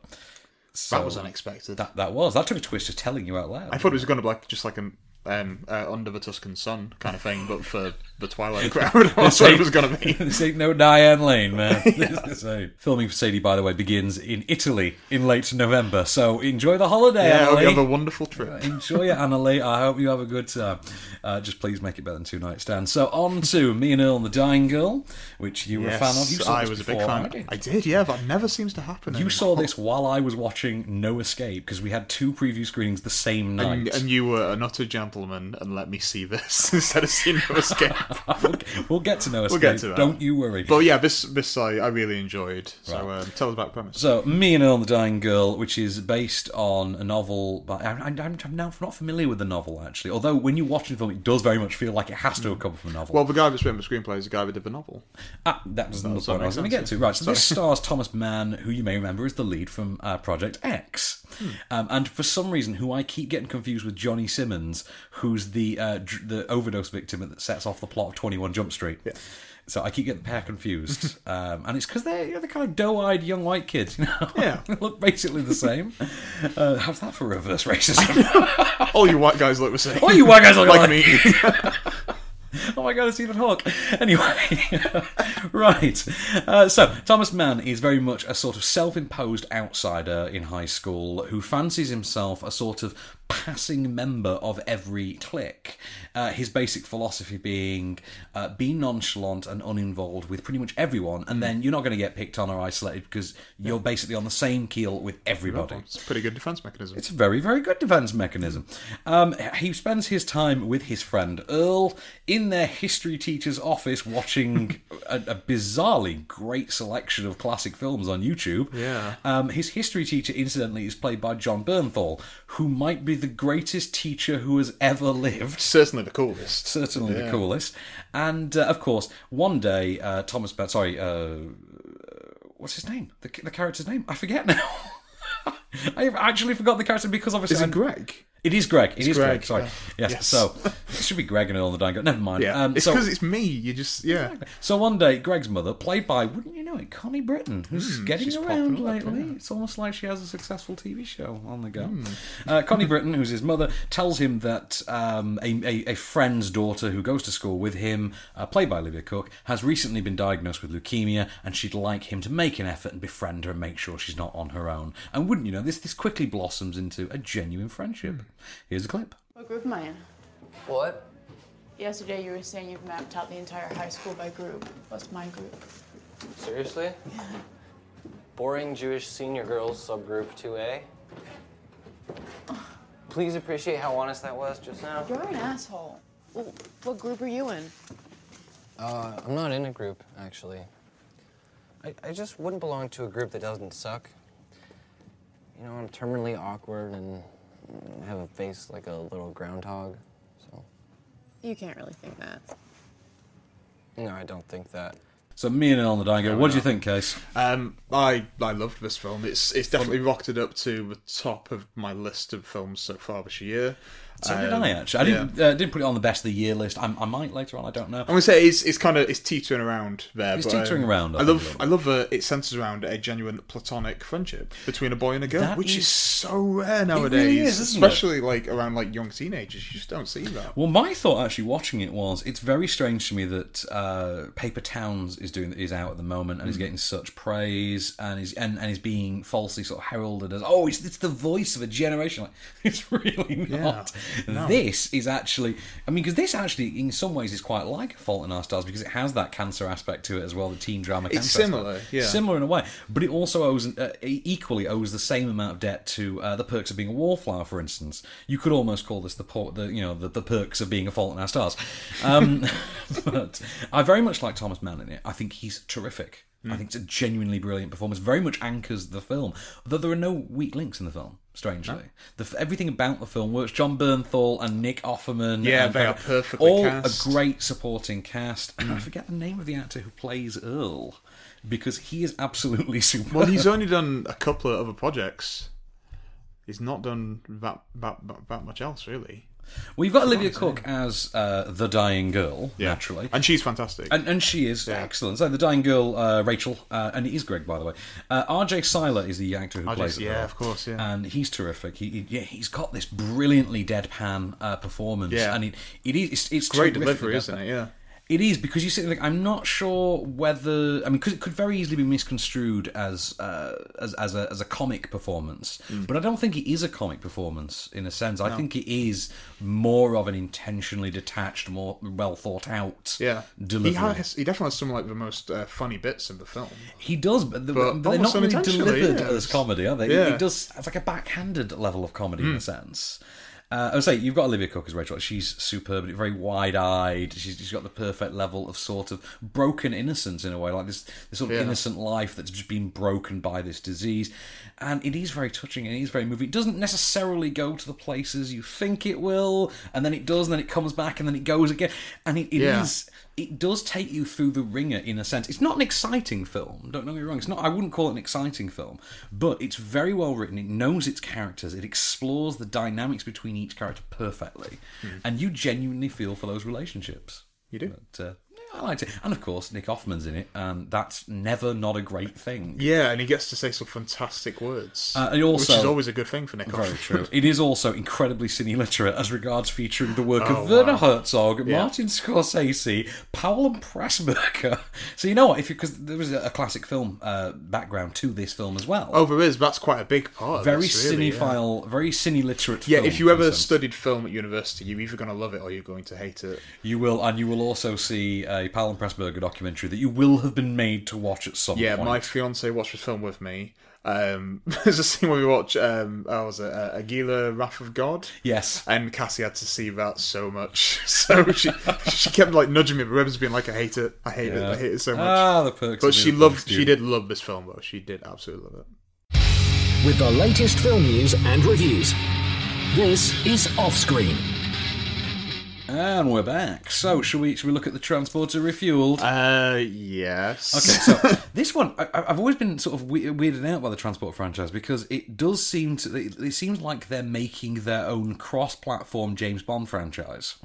S3: That was unexpected.
S1: That, that was. That took a twist just telling you out loud.
S3: I thought it was going to be like just like an um, uh, under the Tuscan sun kind of thing, but for the Twilight crowd. That's what it was going to be.
S1: this ain't no Diane Lane, man. This is insane. Filming for Sadie, by the way, begins in Italy in late November. So enjoy the holiday,
S3: Yeah, I hope
S1: Annalie.
S3: you have a wonderful trip.
S1: Enjoy it, Annalie. I hope you have a good time. Uh, just please make it better than Two Night Stand. So on to Me and Earl and the Dying Girl, which you were a fan of. You
S3: Yes,
S1: saw
S3: I
S1: this
S3: was a big
S1: before
S3: fan.
S1: I did.
S3: yeah, but it never seems to happen.
S1: You saw this while I was watching No Escape because we had two preview screenings the same night.
S3: And, and you were an utter gentleman and let me see this instead of seeing no escape.
S1: we'll, we'll get to No Escape.
S3: get to that.
S1: Don't you worry.
S3: but yeah, this this I, I really enjoyed. So um, tell us about the premise.
S1: So, Me and Earl and the Dying Girl, which is based on a novel, but I, I, I'm now not familiar with the novel actually. Although when you watch the film, it does very much feel like it has to have come from a novel.
S3: well, the guy that's written the screenplay is the guy that did the novel.
S1: ah, that was another
S3: so
S1: point I
S3: it
S1: was going
S3: makes
S1: to get
S3: sense,
S1: to.
S3: yeah.
S1: Right, so this stars Thomas Mann, who you may remember is the lead from uh, Project X,
S3: Hmm.
S1: um, and for some reason, who I keep getting confused with Johnny Simmons, who's the uh, dr- the overdose victim that sets off the plot of Twenty One Jump Street. So I keep getting the pair confused, um, and it's because they're you know, the kind of doe-eyed young white kids, you know.
S3: Yeah.
S1: look basically the same. Uh, how's that for reverse racism?
S3: All you white guys look the same.
S1: All you white guys look alike.
S3: like me.
S1: oh my god, it's Ethan Hawke. Anyway, right. Uh, so Thomas Mann is very much a sort of self-imposed outsider in high school who fancies himself a sort of passing member of every clique. Uh, his basic philosophy being uh, be nonchalant and uninvolved with pretty much everyone, and then you're not going to get picked on or isolated because you're basically on the same keel with everybody.
S3: it's a pretty good defense mechanism.
S1: It's a very, very good defense mechanism. Um, he spends his time with his friend Earl in their history teacher's office watching a, a bizarrely great selection of classic films on YouTube.
S3: Yeah.
S1: Um, his history teacher, incidentally, is played by John Bernthal, who might be the greatest teacher who has ever lived
S3: certainly the coolest.
S1: certainly the coolest. And uh, of course, one day uh, Thomas, Ba- sorry, uh, what's his name? The, the character's name? I forget now. I have actually forgot the character because obviously
S3: Is it
S1: I'm-
S3: Greg?
S1: It is Greg. It is Greg.
S3: Greg,
S1: Sorry.
S3: yeah.
S1: Yes.
S3: Yes.
S1: So it should be Greg and Earl the Dying God. Never mind.
S3: Yeah,
S1: Um,
S3: it's
S1: so-
S3: because it's me. You just yeah.
S1: So one day, Greg's mother, played by, wouldn't you know it, Connie Britton, who's getting
S3: she's
S1: around
S3: popping up,
S1: lately.
S3: yeah.
S1: It's almost like she has a successful TV show on the go. Uh, Connie Britton, who's his mother, tells him that um, a, a, a friend's daughter who goes to school with him, uh, played by Olivia Cook, has recently been diagnosed with leukemia, and she'd like him to make an effort and befriend her and make sure she's not on her own. And wouldn't you know, this, this quickly blossoms into a genuine friendship. Here's a clip.
S10: Group Mayan.
S11: What?
S10: Yesterday you were saying you've mapped out the entire high school by group. What's my group?
S11: Seriously? Boring Jewish senior girls subgroup 2A? Please appreciate how honest that was just now.
S10: You're an asshole. Well, what group are you in?
S11: Uh, I'm not in a group, actually. I, I just wouldn't belong to a group that doesn't suck. You know, I'm terminally awkward and have a face like a little groundhog, so.
S10: You can't really think that.
S11: No, I don't think that.
S1: So me and Earl and the Dying God, what do you think, Case?
S3: Um, I I loved this film. It's it's definitely rocketed up to the top of my list of films so far this year.
S1: So did
S3: Um,
S1: I actually. I
S3: yeah.
S1: didn't, uh, didn't put it on the best of the year list. I, I might later on. I don't know.
S3: I'm gonna say it's it's kind of it's teetering around there.
S1: It's
S3: but, um,
S1: teetering around, I
S3: I
S1: think, a
S3: love
S1: little
S3: I love uh, it centers around a genuine platonic friendship between a boy and a girl,
S1: That
S3: which is,
S1: is-
S3: so rare
S1: really
S3: nowadays,
S1: is, isn't it?
S3: especially like around like young teenagers. You just don't see that.
S1: Well, my thought actually watching it was it's very strange to me that uh, Paper Towns is doing is out at the moment
S3: Mm.
S1: and is getting such praise and is and, and is being falsely sort of heralded as oh it's it's the voice of a generation. Like, it's really not. This is actually I mean because this actually in some ways is quite like a Fault in Our Stars because it has that cancer aspect to it as well the teen drama.
S3: It's
S1: cancer aspect.
S3: similar, yeah.
S1: similar in a way, but it also owes uh, equally owes the same amount of debt to uh, the perks of being a wallflower. For instance, you could almost call this the por- the you know the, the perks of being a Fault in Our Stars. Um, but I very much like Thomas Mann in it. I think he's terrific.
S3: Hmm.
S1: I think it's a genuinely brilliant performance. Very much anchors the film, though there are no weak links in the film. Strangely, the, f- everything about the film works. John Bernthal and Nick Offerman,
S3: Yeah,
S1: and
S3: they are perfectly
S1: all
S3: cast.
S1: a great great supporting cast, and I forget the name of the actor who plays Earl because he is absolutely superb.
S3: Well, he's only done a couple of other projects. He's not done that that that, that much else really.
S1: We've got Olivia Cook as uh, the dying girl, naturally.
S3: and she's fantastic.
S1: And, and she is excellent. So the dying girl, uh, Rachel, uh, and it is Greg, by the way. Uh, R.J. Seiler is the actor who
S3: I
S1: plays
S3: just,
S1: it.
S3: yeah, of course, yeah.
S1: and he's terrific. He, he yeah, he's got this brilliantly deadpan uh, performance,
S3: Yeah.
S1: and it, it is it's, it's
S3: Great
S1: terrific
S3: delivery,
S1: at
S3: isn't
S1: that.
S3: it? Yeah.
S1: It is because you sit there, like I'm not sure whether I mean because it could very easily be misconstrued as uh, as as a, as a comic performance,
S3: Mm.
S1: but I don't think it is a comic performance in a sense. I think it is more of an intentionally detached, more well thought out
S3: Yeah,
S1: delivery.
S3: he has. He definitely has some like the most uh, funny bits in the film.
S1: He does, but, the,
S3: But
S1: but they're not
S3: almost
S1: really
S3: unintentionally,
S1: delivered
S3: yeah.
S1: as comedy, are they?
S3: Yeah. Hmm.
S1: It does. It's like a backhanded level of comedy in a sense. Uh, I would say you've got Olivia Cook as Rachel. She's superb, very wide-eyed. She's, she's got the perfect level of sort of broken innocence in a way, like this, this sort of
S3: Yeah.
S1: innocent life that's just been broken by this disease. And it is very touching and it is very moving. It doesn't necessarily go to the places you think it will, and then it does, and then it comes back, and then it goes again. And it, it
S3: Yeah.
S1: is- it does take you through the ringer in a sense. It's not an exciting film. Don't get me wrong. It's not. I wouldn't call it an exciting film, but it's very well written. It knows its characters. It explores the dynamics between each character perfectly, and you genuinely feel for those relationships.
S3: Mm-hmm. You do.
S1: But, uh, yeah, I liked it, and of course Nick Offerman's in it, and that's never not a great thing.
S3: Yeah, and he gets to say some fantastic words,
S1: Uh, and also-
S3: which is always a good thing for Nick.
S1: Very
S3: Offerman.
S1: true. It is also incredibly cine literate as regards featuring the work
S3: Oh,
S1: of Werner
S3: wow.
S1: Herzog,
S3: Yeah.
S1: Martin Scorsese, Paul and Pressburger. So you know what? If because there was a, a classic film uh, background to this film as well.
S3: Oh, there is. That's quite a big part. Of
S1: very
S3: this, really, yeah.
S1: cinephile, very cine literate.
S3: Yeah, if you ever studied film at university, you're either going to love it or you're going to hate it.
S1: you will, and you will also see a Paul and Pressburger documentary that you will have been made to watch at some
S3: Yeah,
S1: point.
S3: my fiance watched this film with me. Um, there's a scene where we watch, um, oh, was it uh, Aguila, Wrath of God?
S1: Yes.
S3: And Cassie had to see that so much, so she she kept like nudging me. The ribs being like, I hate it, I hate it, I hate it so much.
S1: Ah, the perks.
S3: but
S1: of
S3: she
S1: being a film
S3: loved, she
S1: student.
S3: did love this film though. She did absolutely love it.
S2: with the latest film news and reviews. This is Offscreen.
S1: And we're back. So, shall we, shall we look at the transporter refueled?
S3: Uh, yes.
S1: Okay, so this one, I, I- I've always been sort of we- weirded out by the transport franchise because it does seem to, it, it seems like they're making their own cross platform James Bond franchise.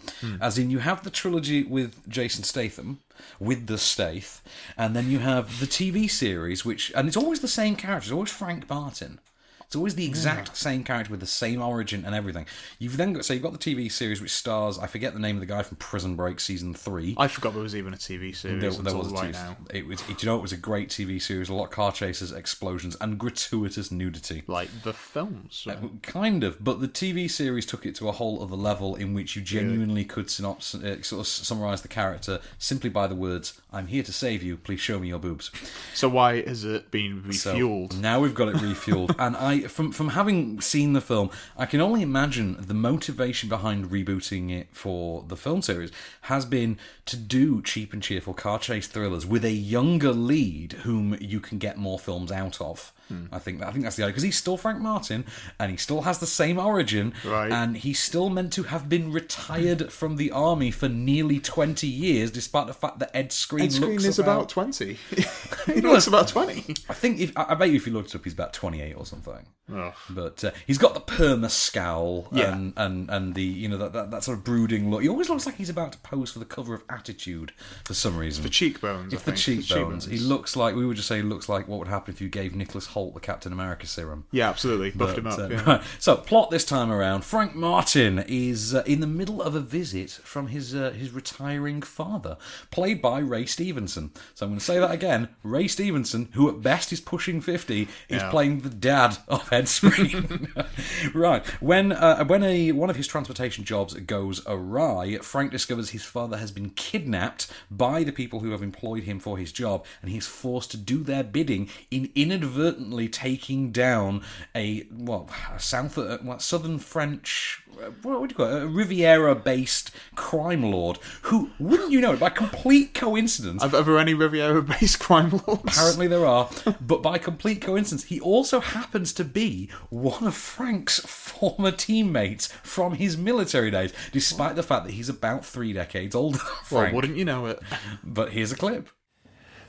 S1: As in, you have the trilogy with Jason Statham, with the Stath, and then you have the TV series, which, and it's always the same character, it's always Frank Martin. It's always the exact same character with the same origin and everything. You've then got so you've got the TV series which stars I forget the name of the guy from Prison Break season three.
S3: I forgot there was even a TV series
S1: There, there
S3: until
S1: was a
S3: right
S1: TV
S3: now.
S1: It was, it- you know, it was a great TV series. A lot of car chases, explosions, and gratuitous nudity.
S3: Like the films. right?
S1: Kind of, but the TV series took it to a whole other level in which you genuinely could synops- uh, sort of summarize the character simply by the words, "I'm here to save you. Please show me your boobs."
S3: So why has it been
S1: So
S3: refueled?
S1: now we've got it refueled, and I, from from having seen the film, I can only imagine the motivation behind rebooting it for the film series has been to do cheap and cheerful car chase thrillers with a younger lead whom you can get more films out of.
S3: Hmm.
S1: I think that, I think that's the idea because he's still Frank Martin and he still has the same origin,
S3: Right.
S1: and he's still meant to have been retired from the army for nearly twenty years, despite the fact that Ed Screen
S3: Ed Screen
S1: looks
S3: is
S1: about
S3: about twenty. he looks about twenty.
S1: I think if I I bet you if you looked it up, he's about twenty eight or something.
S3: Ugh.
S1: But uh, he's got the perma scowl
S3: Yeah.
S1: and, and and the you know that, that that sort of brooding look. He always looks like he's about to pose for the cover of Attitude for some reason.
S3: The cheekbones.
S1: It's
S3: I
S1: the
S3: think.
S1: cheekbones. He looks like we would just say he looks like what would happen if you gave Nicholas Holt the Captain America serum.
S3: Yeah, absolutely. Buffed him
S1: But,
S3: up.
S1: uh,
S3: yeah.
S1: right. So plot this time around. Frank Martin is uh, in the middle of a visit from his uh, his retiring father, played by Ray Stevenson. So I'm going to say that again. Ray Stevenson, who at best is pushing fifty, is
S3: Yeah.
S1: playing the dad of Ed Screen. right. When uh, when a one of his transportation jobs goes awry, Frank discovers his father has been kidnapped by the people who have employed him for his job, and he's forced to do their bidding in inadvertently taking down a well, a south uh, well, southern French. uh, What would you call it? A Riviera-based crime lord who, wouldn't you know it, by complete coincidence,
S3: Have have there any Riviera-based crime lords?
S1: Apparently there are, but by complete coincidence, he also happens to be one of Frank's former teammates from his military days, despite the fact that he's about three decades older. than
S3: Well,
S1: Frank.
S3: wouldn't you know it?
S1: But here's a clip.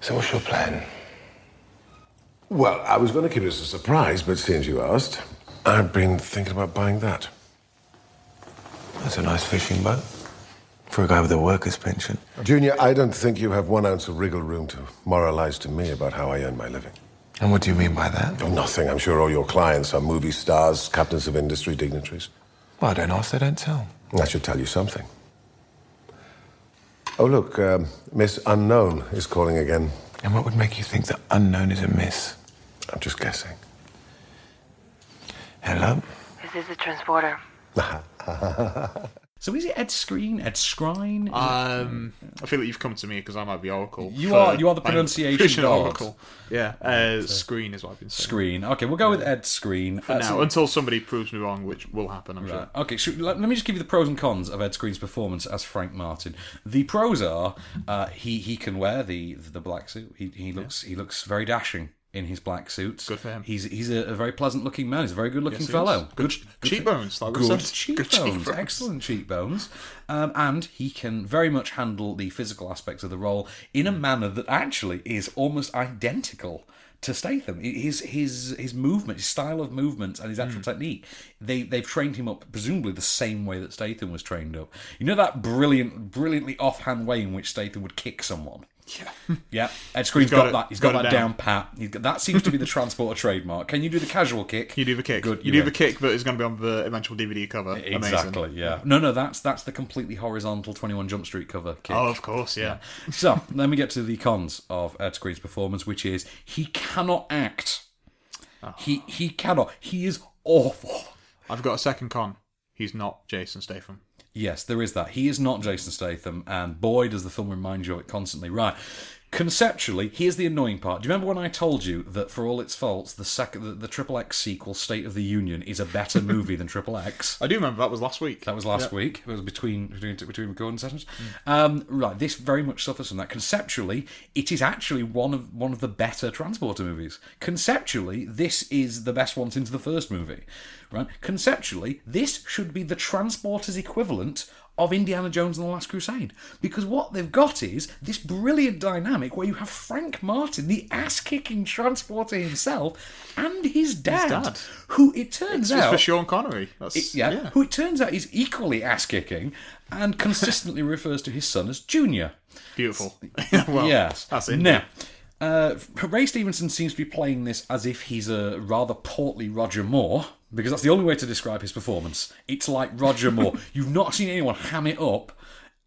S12: So, what's your plan? Well, I was going to keep it as a surprise, but since you asked, I've been thinking about buying that.
S13: That's a nice fishing boat for a guy with a worker's pension.
S12: Junior, I don't think you have one ounce of wriggle room to moralize to me about how I earn my living.
S13: And what do you mean by that?
S12: Oh, nothing. I'm sure all your clients are movie stars, captains of industry, dignitaries.
S13: Well, I don't ask, they don't tell.
S12: That should tell you something. Oh, look, um, Miss Unknown is calling again.
S13: And what would make you think the unknown is a miss?
S12: I'm just guessing.
S13: Hello?
S14: This is the transporter.
S1: So is it Ed Screen? Ed Scrine? Is it-
S3: Um, I feel like you've come to me because I might be Oracle.
S1: You
S3: for-
S1: are- you are the
S3: I'm
S1: pronunciation
S3: Christian
S1: god.
S3: Oracle. Yeah, uh, Screen is what I've been saying.
S1: Screen. Okay, we'll go with Ed Screen.
S3: For
S1: Uh,
S3: now,
S1: so-
S3: until somebody proves me wrong, which will happen, I'm sure.
S1: Right. Okay, so let, let me just give you the pros and cons of Ed Screen's performance as Frank Martin. The pros are uh, he he can wear the the black suit. He he looks he looks very dashing in his black suit. Good for him. He's he's a, a very pleasant looking man. He's a very good looking
S3: Yes, he
S1: fellow.
S3: is. Good cheekbones, like we
S1: good
S3: said. Good
S1: cheekbones.
S3: cheekbones.
S1: Excellent cheekbones. Um, and he can very much handle the physical aspects of the role in a
S3: Hmm.
S1: manner that actually is almost identical to Statham. His his his movement, his style of movements, and his actual
S3: Hmm.
S1: technique. They they've trained him up presumably the same way that Statham was trained up. You know that brilliant, brilliantly offhand way in which Statham would kick someone. Yeah, yeah. Ed Screen's
S3: got
S1: got,
S3: it.
S1: that. He's got,
S3: Got
S1: that
S3: it
S1: down.
S3: down.
S1: pat. He's got, that seems to be the transporter trademark. Can you do the casual kick?
S3: You do the kick.
S1: Good. you're
S3: you do
S1: in.
S3: the kick, but it's going to be on the eventual DVD cover. Amazing.
S1: Exactly. Yeah. No, no, that's that's the completely horizontal Twenty One Jump Street cover. Kick.
S3: Oh, of course, yeah.
S1: so let me get to the cons of Ed Screen's performance, which is he cannot act. He he cannot. He is awful.
S3: I've got a second con. He's not Jason Statham.
S1: Yes, there is that. He is not Jason Statham, and boy, does the film remind you of it constantly. Right. Conceptually, here's the annoying part. Do you remember when I told you that, for all its faults, the second the, the Triple X sequel, State of the Union, is a better movie than Triple X?
S3: I do remember that was last week.
S1: That was last
S3: Yeah. Mm.
S1: week. It was between between, between recording sessions. Um, right, this very much suffers from that. Conceptually, it is actually one of one of the better transporter movies. Conceptually, this is the best one since the first movie. Right? Conceptually, this should be the transporter's equivalent of Indiana Jones and the Last Crusade. Because what they've got is this brilliant dynamic where you have Frank Martin, the ass kicking transporter himself, and his dad,
S3: dad.
S1: who it turns
S3: It's
S1: out.
S3: just for Sean Connery. That's,
S1: It- yeah,
S3: yeah.
S1: who it turns out is equally ass kicking and consistently refers to his son as Junior.
S3: Beautiful.
S1: well, yes.
S3: that's it.
S1: Now, uh, Ray Stevenson seems to be playing this as if he's a rather portly Roger Moore, because that's the only way to describe his performance. It's like Roger Moore. You've not seen anyone ham it up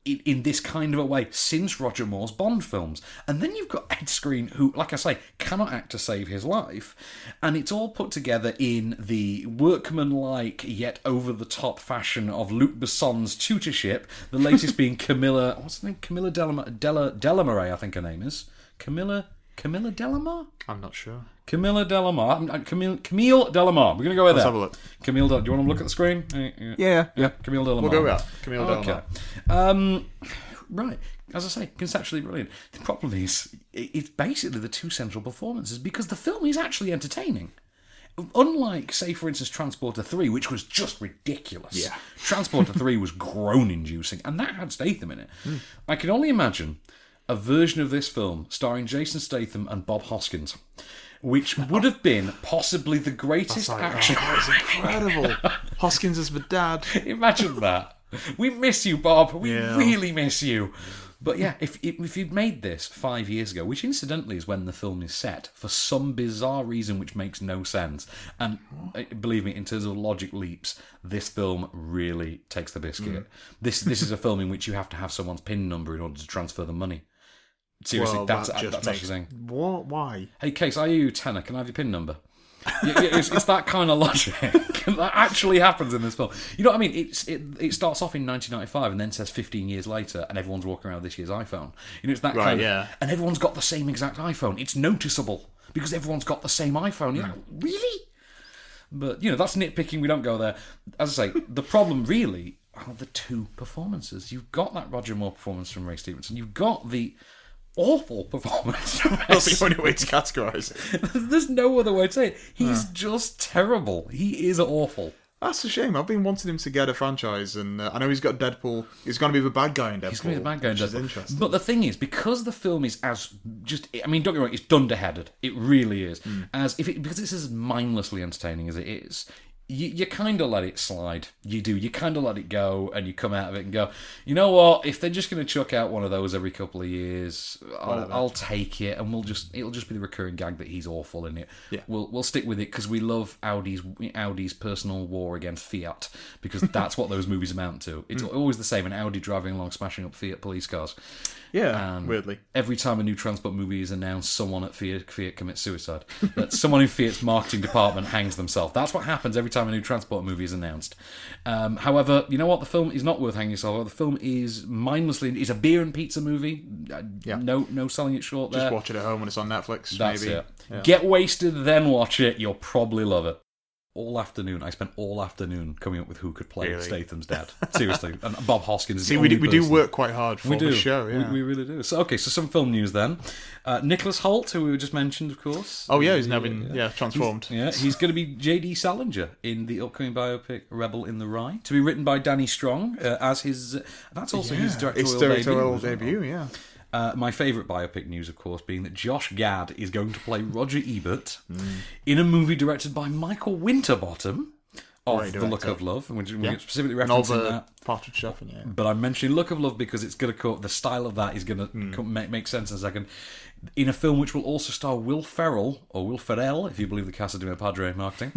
S1: in, in this kind of a way since Roger Moore's Bond films. And then you've got Ed Screen, who, like I say, cannot act to save his life. And it's all put together in the workmanlike yet over the top fashion of Luc Besson's tutorship, the latest being Camilla, what's her name? Camilla Delam- Della, Delamare, I think her name is. Camilla. Camilla Delamar?
S3: I'm not sure.
S1: Oh, Camilla Delamar. I'm- I'm Camille, Camille Delamar. We're going to go with
S3: Let's
S1: that.
S3: have a look.
S1: Camille Del- Do you want to look at the screen? Yeah.
S3: Yeah.
S1: Yeah, Camille Delamar.
S3: We'll go with that. Camille
S1: Okay. Um, right. As I say, conceptually brilliant. The problem is, i- it's basically the two central performances because the film is actually entertaining. Unlike, say, for instance, Transporter 3, which was just ridiculous.
S3: Yeah.
S1: Transporter 3 was groan inducing, and that had Statham in it.
S3: Hmm.
S1: I can only imagine a version of this film starring Jason Statham and Bob Hoskins, which would have been possibly the greatest action.
S3: That's incredible. Hoskins is the dad.
S1: Imagine that. We miss you, Bob. We
S3: Yeah.
S1: really miss you. But yeah, if if you'd made this five years ago, which incidentally is when the film is set, for some bizarre reason which makes no sense, and uh, believe me, in terms of logic leaps, this film really takes the biscuit.
S3: Mm-hmm.
S1: This this is a film in which you have to have someone's pin number in order to transfer the money. Seriously,
S3: Well,
S1: that's
S3: that just
S1: that's
S3: makes-
S1: amazing.
S3: What? Why?
S1: Hey, Case, are you tenor? Can I have your pin number? yeah, yeah, it's, it's that kind of logic that actually happens in this film. You know what I mean? It's it, it starts off in 1995 and then says 15 years later, and everyone's walking around with this year's iPhone. You know, it's that
S3: Right,
S1: kind of,
S3: yeah.
S1: and everyone's got the same exact iPhone. It's noticeable because everyone's got the same iPhone. You're like,
S3: Hmm.
S1: really? But you know, that's nitpicking. We don't go there. As I say, the problem really are the two performances. You've got that Roger Moore performance from Ray Stevenson. You've got the awful performance. from Ed
S3: That's the only way to categorise it.
S1: there's no other way to say it. He's just terrible. He is awful.
S3: That's a shame. I've been wanting him to get a franchise, and uh, I know he's got Deadpool. He's going to be the bad guy in Deadpool.
S1: He's going to be the bad guy. in
S3: which is
S1: Deadpool.
S3: interesting.
S1: But the thing is, because the film is as just, I mean, don't get me wrong, it's dunderheaded. It really is.
S3: Hmm.
S1: As if it, because it's as mindlessly entertaining as it is. You, you kind of let it slide. You do. You kind of let it go, and you come out of it and go, you know what? If they're just going to chuck out one of those every couple of years, I'll,
S3: Whatever.
S1: I'll take it, and we'll just it'll just be the recurring gag that he's awful in it.
S3: Yeah.
S1: We'll we'll stick with it because we love Audi's Audi's personal war against Fiat because that's what those movies amount to. It's
S3: Hmm.
S1: always the same: an Audi driving along, smashing up Fiat police cars.
S3: Yeah, weirdly.
S1: Every time a new transport movie is announced, someone at Fiat, Fiat commits suicide. That someone in Fiat's marketing department hangs themselves. That's what happens every time a new transport movie is announced. Um, however, you know what? The film is not worth hanging yourself. over. The film is mindlessly is a beer and pizza movie. Uh, No, no selling it short.
S3: Just
S1: there.
S3: watch it at home when it's on Netflix.
S1: That's
S3: maybe.
S1: it.
S3: Yeah.
S1: Get wasted, then watch it. You'll probably love it. All afternoon, I spent all afternoon coming up with who could play
S3: Really?
S1: Statham's dad. Seriously, and Bob Hoskins. Is
S3: See,
S1: the
S3: we do,
S1: only
S3: we do
S1: person-
S3: work quite hard for
S1: We do.
S3: the show.
S1: We-
S3: Yeah.
S1: We, really do. So, okay, so some film news then. Uh, Nicholas Holt, who we were just mentioned, of course.
S3: Oh, yeah, he's now been yeah transformed.
S1: Yeah, he's going to be J.D. Salinger in the upcoming biopic "Rebel in the Rye," to be written by Danny Strong uh, as his. that's also
S3: Yeah,
S1: his directorial,
S3: it's directorial
S1: as well.
S3: debut. Yeah.
S1: Uh, my favourite biopic news, of course, being that Josh Gad is going to play Roger Ebert
S3: Hmm.
S1: in a movie directed by Michael Winterbottom of
S3: Great
S1: The
S3: director.
S1: Look of Love, and we're
S3: Yeah.
S1: specifically
S3: And all
S1: referencing
S3: the
S1: that. Hmm.
S3: Partridge stuff in it.
S1: But I'm mentioning Look of Love because it's going to co- the style of that is going to co- make, make sense in a second. In a film which will also star Will Ferrell or Will Ferrell, if you believe the Casa de Mi Padre marketing,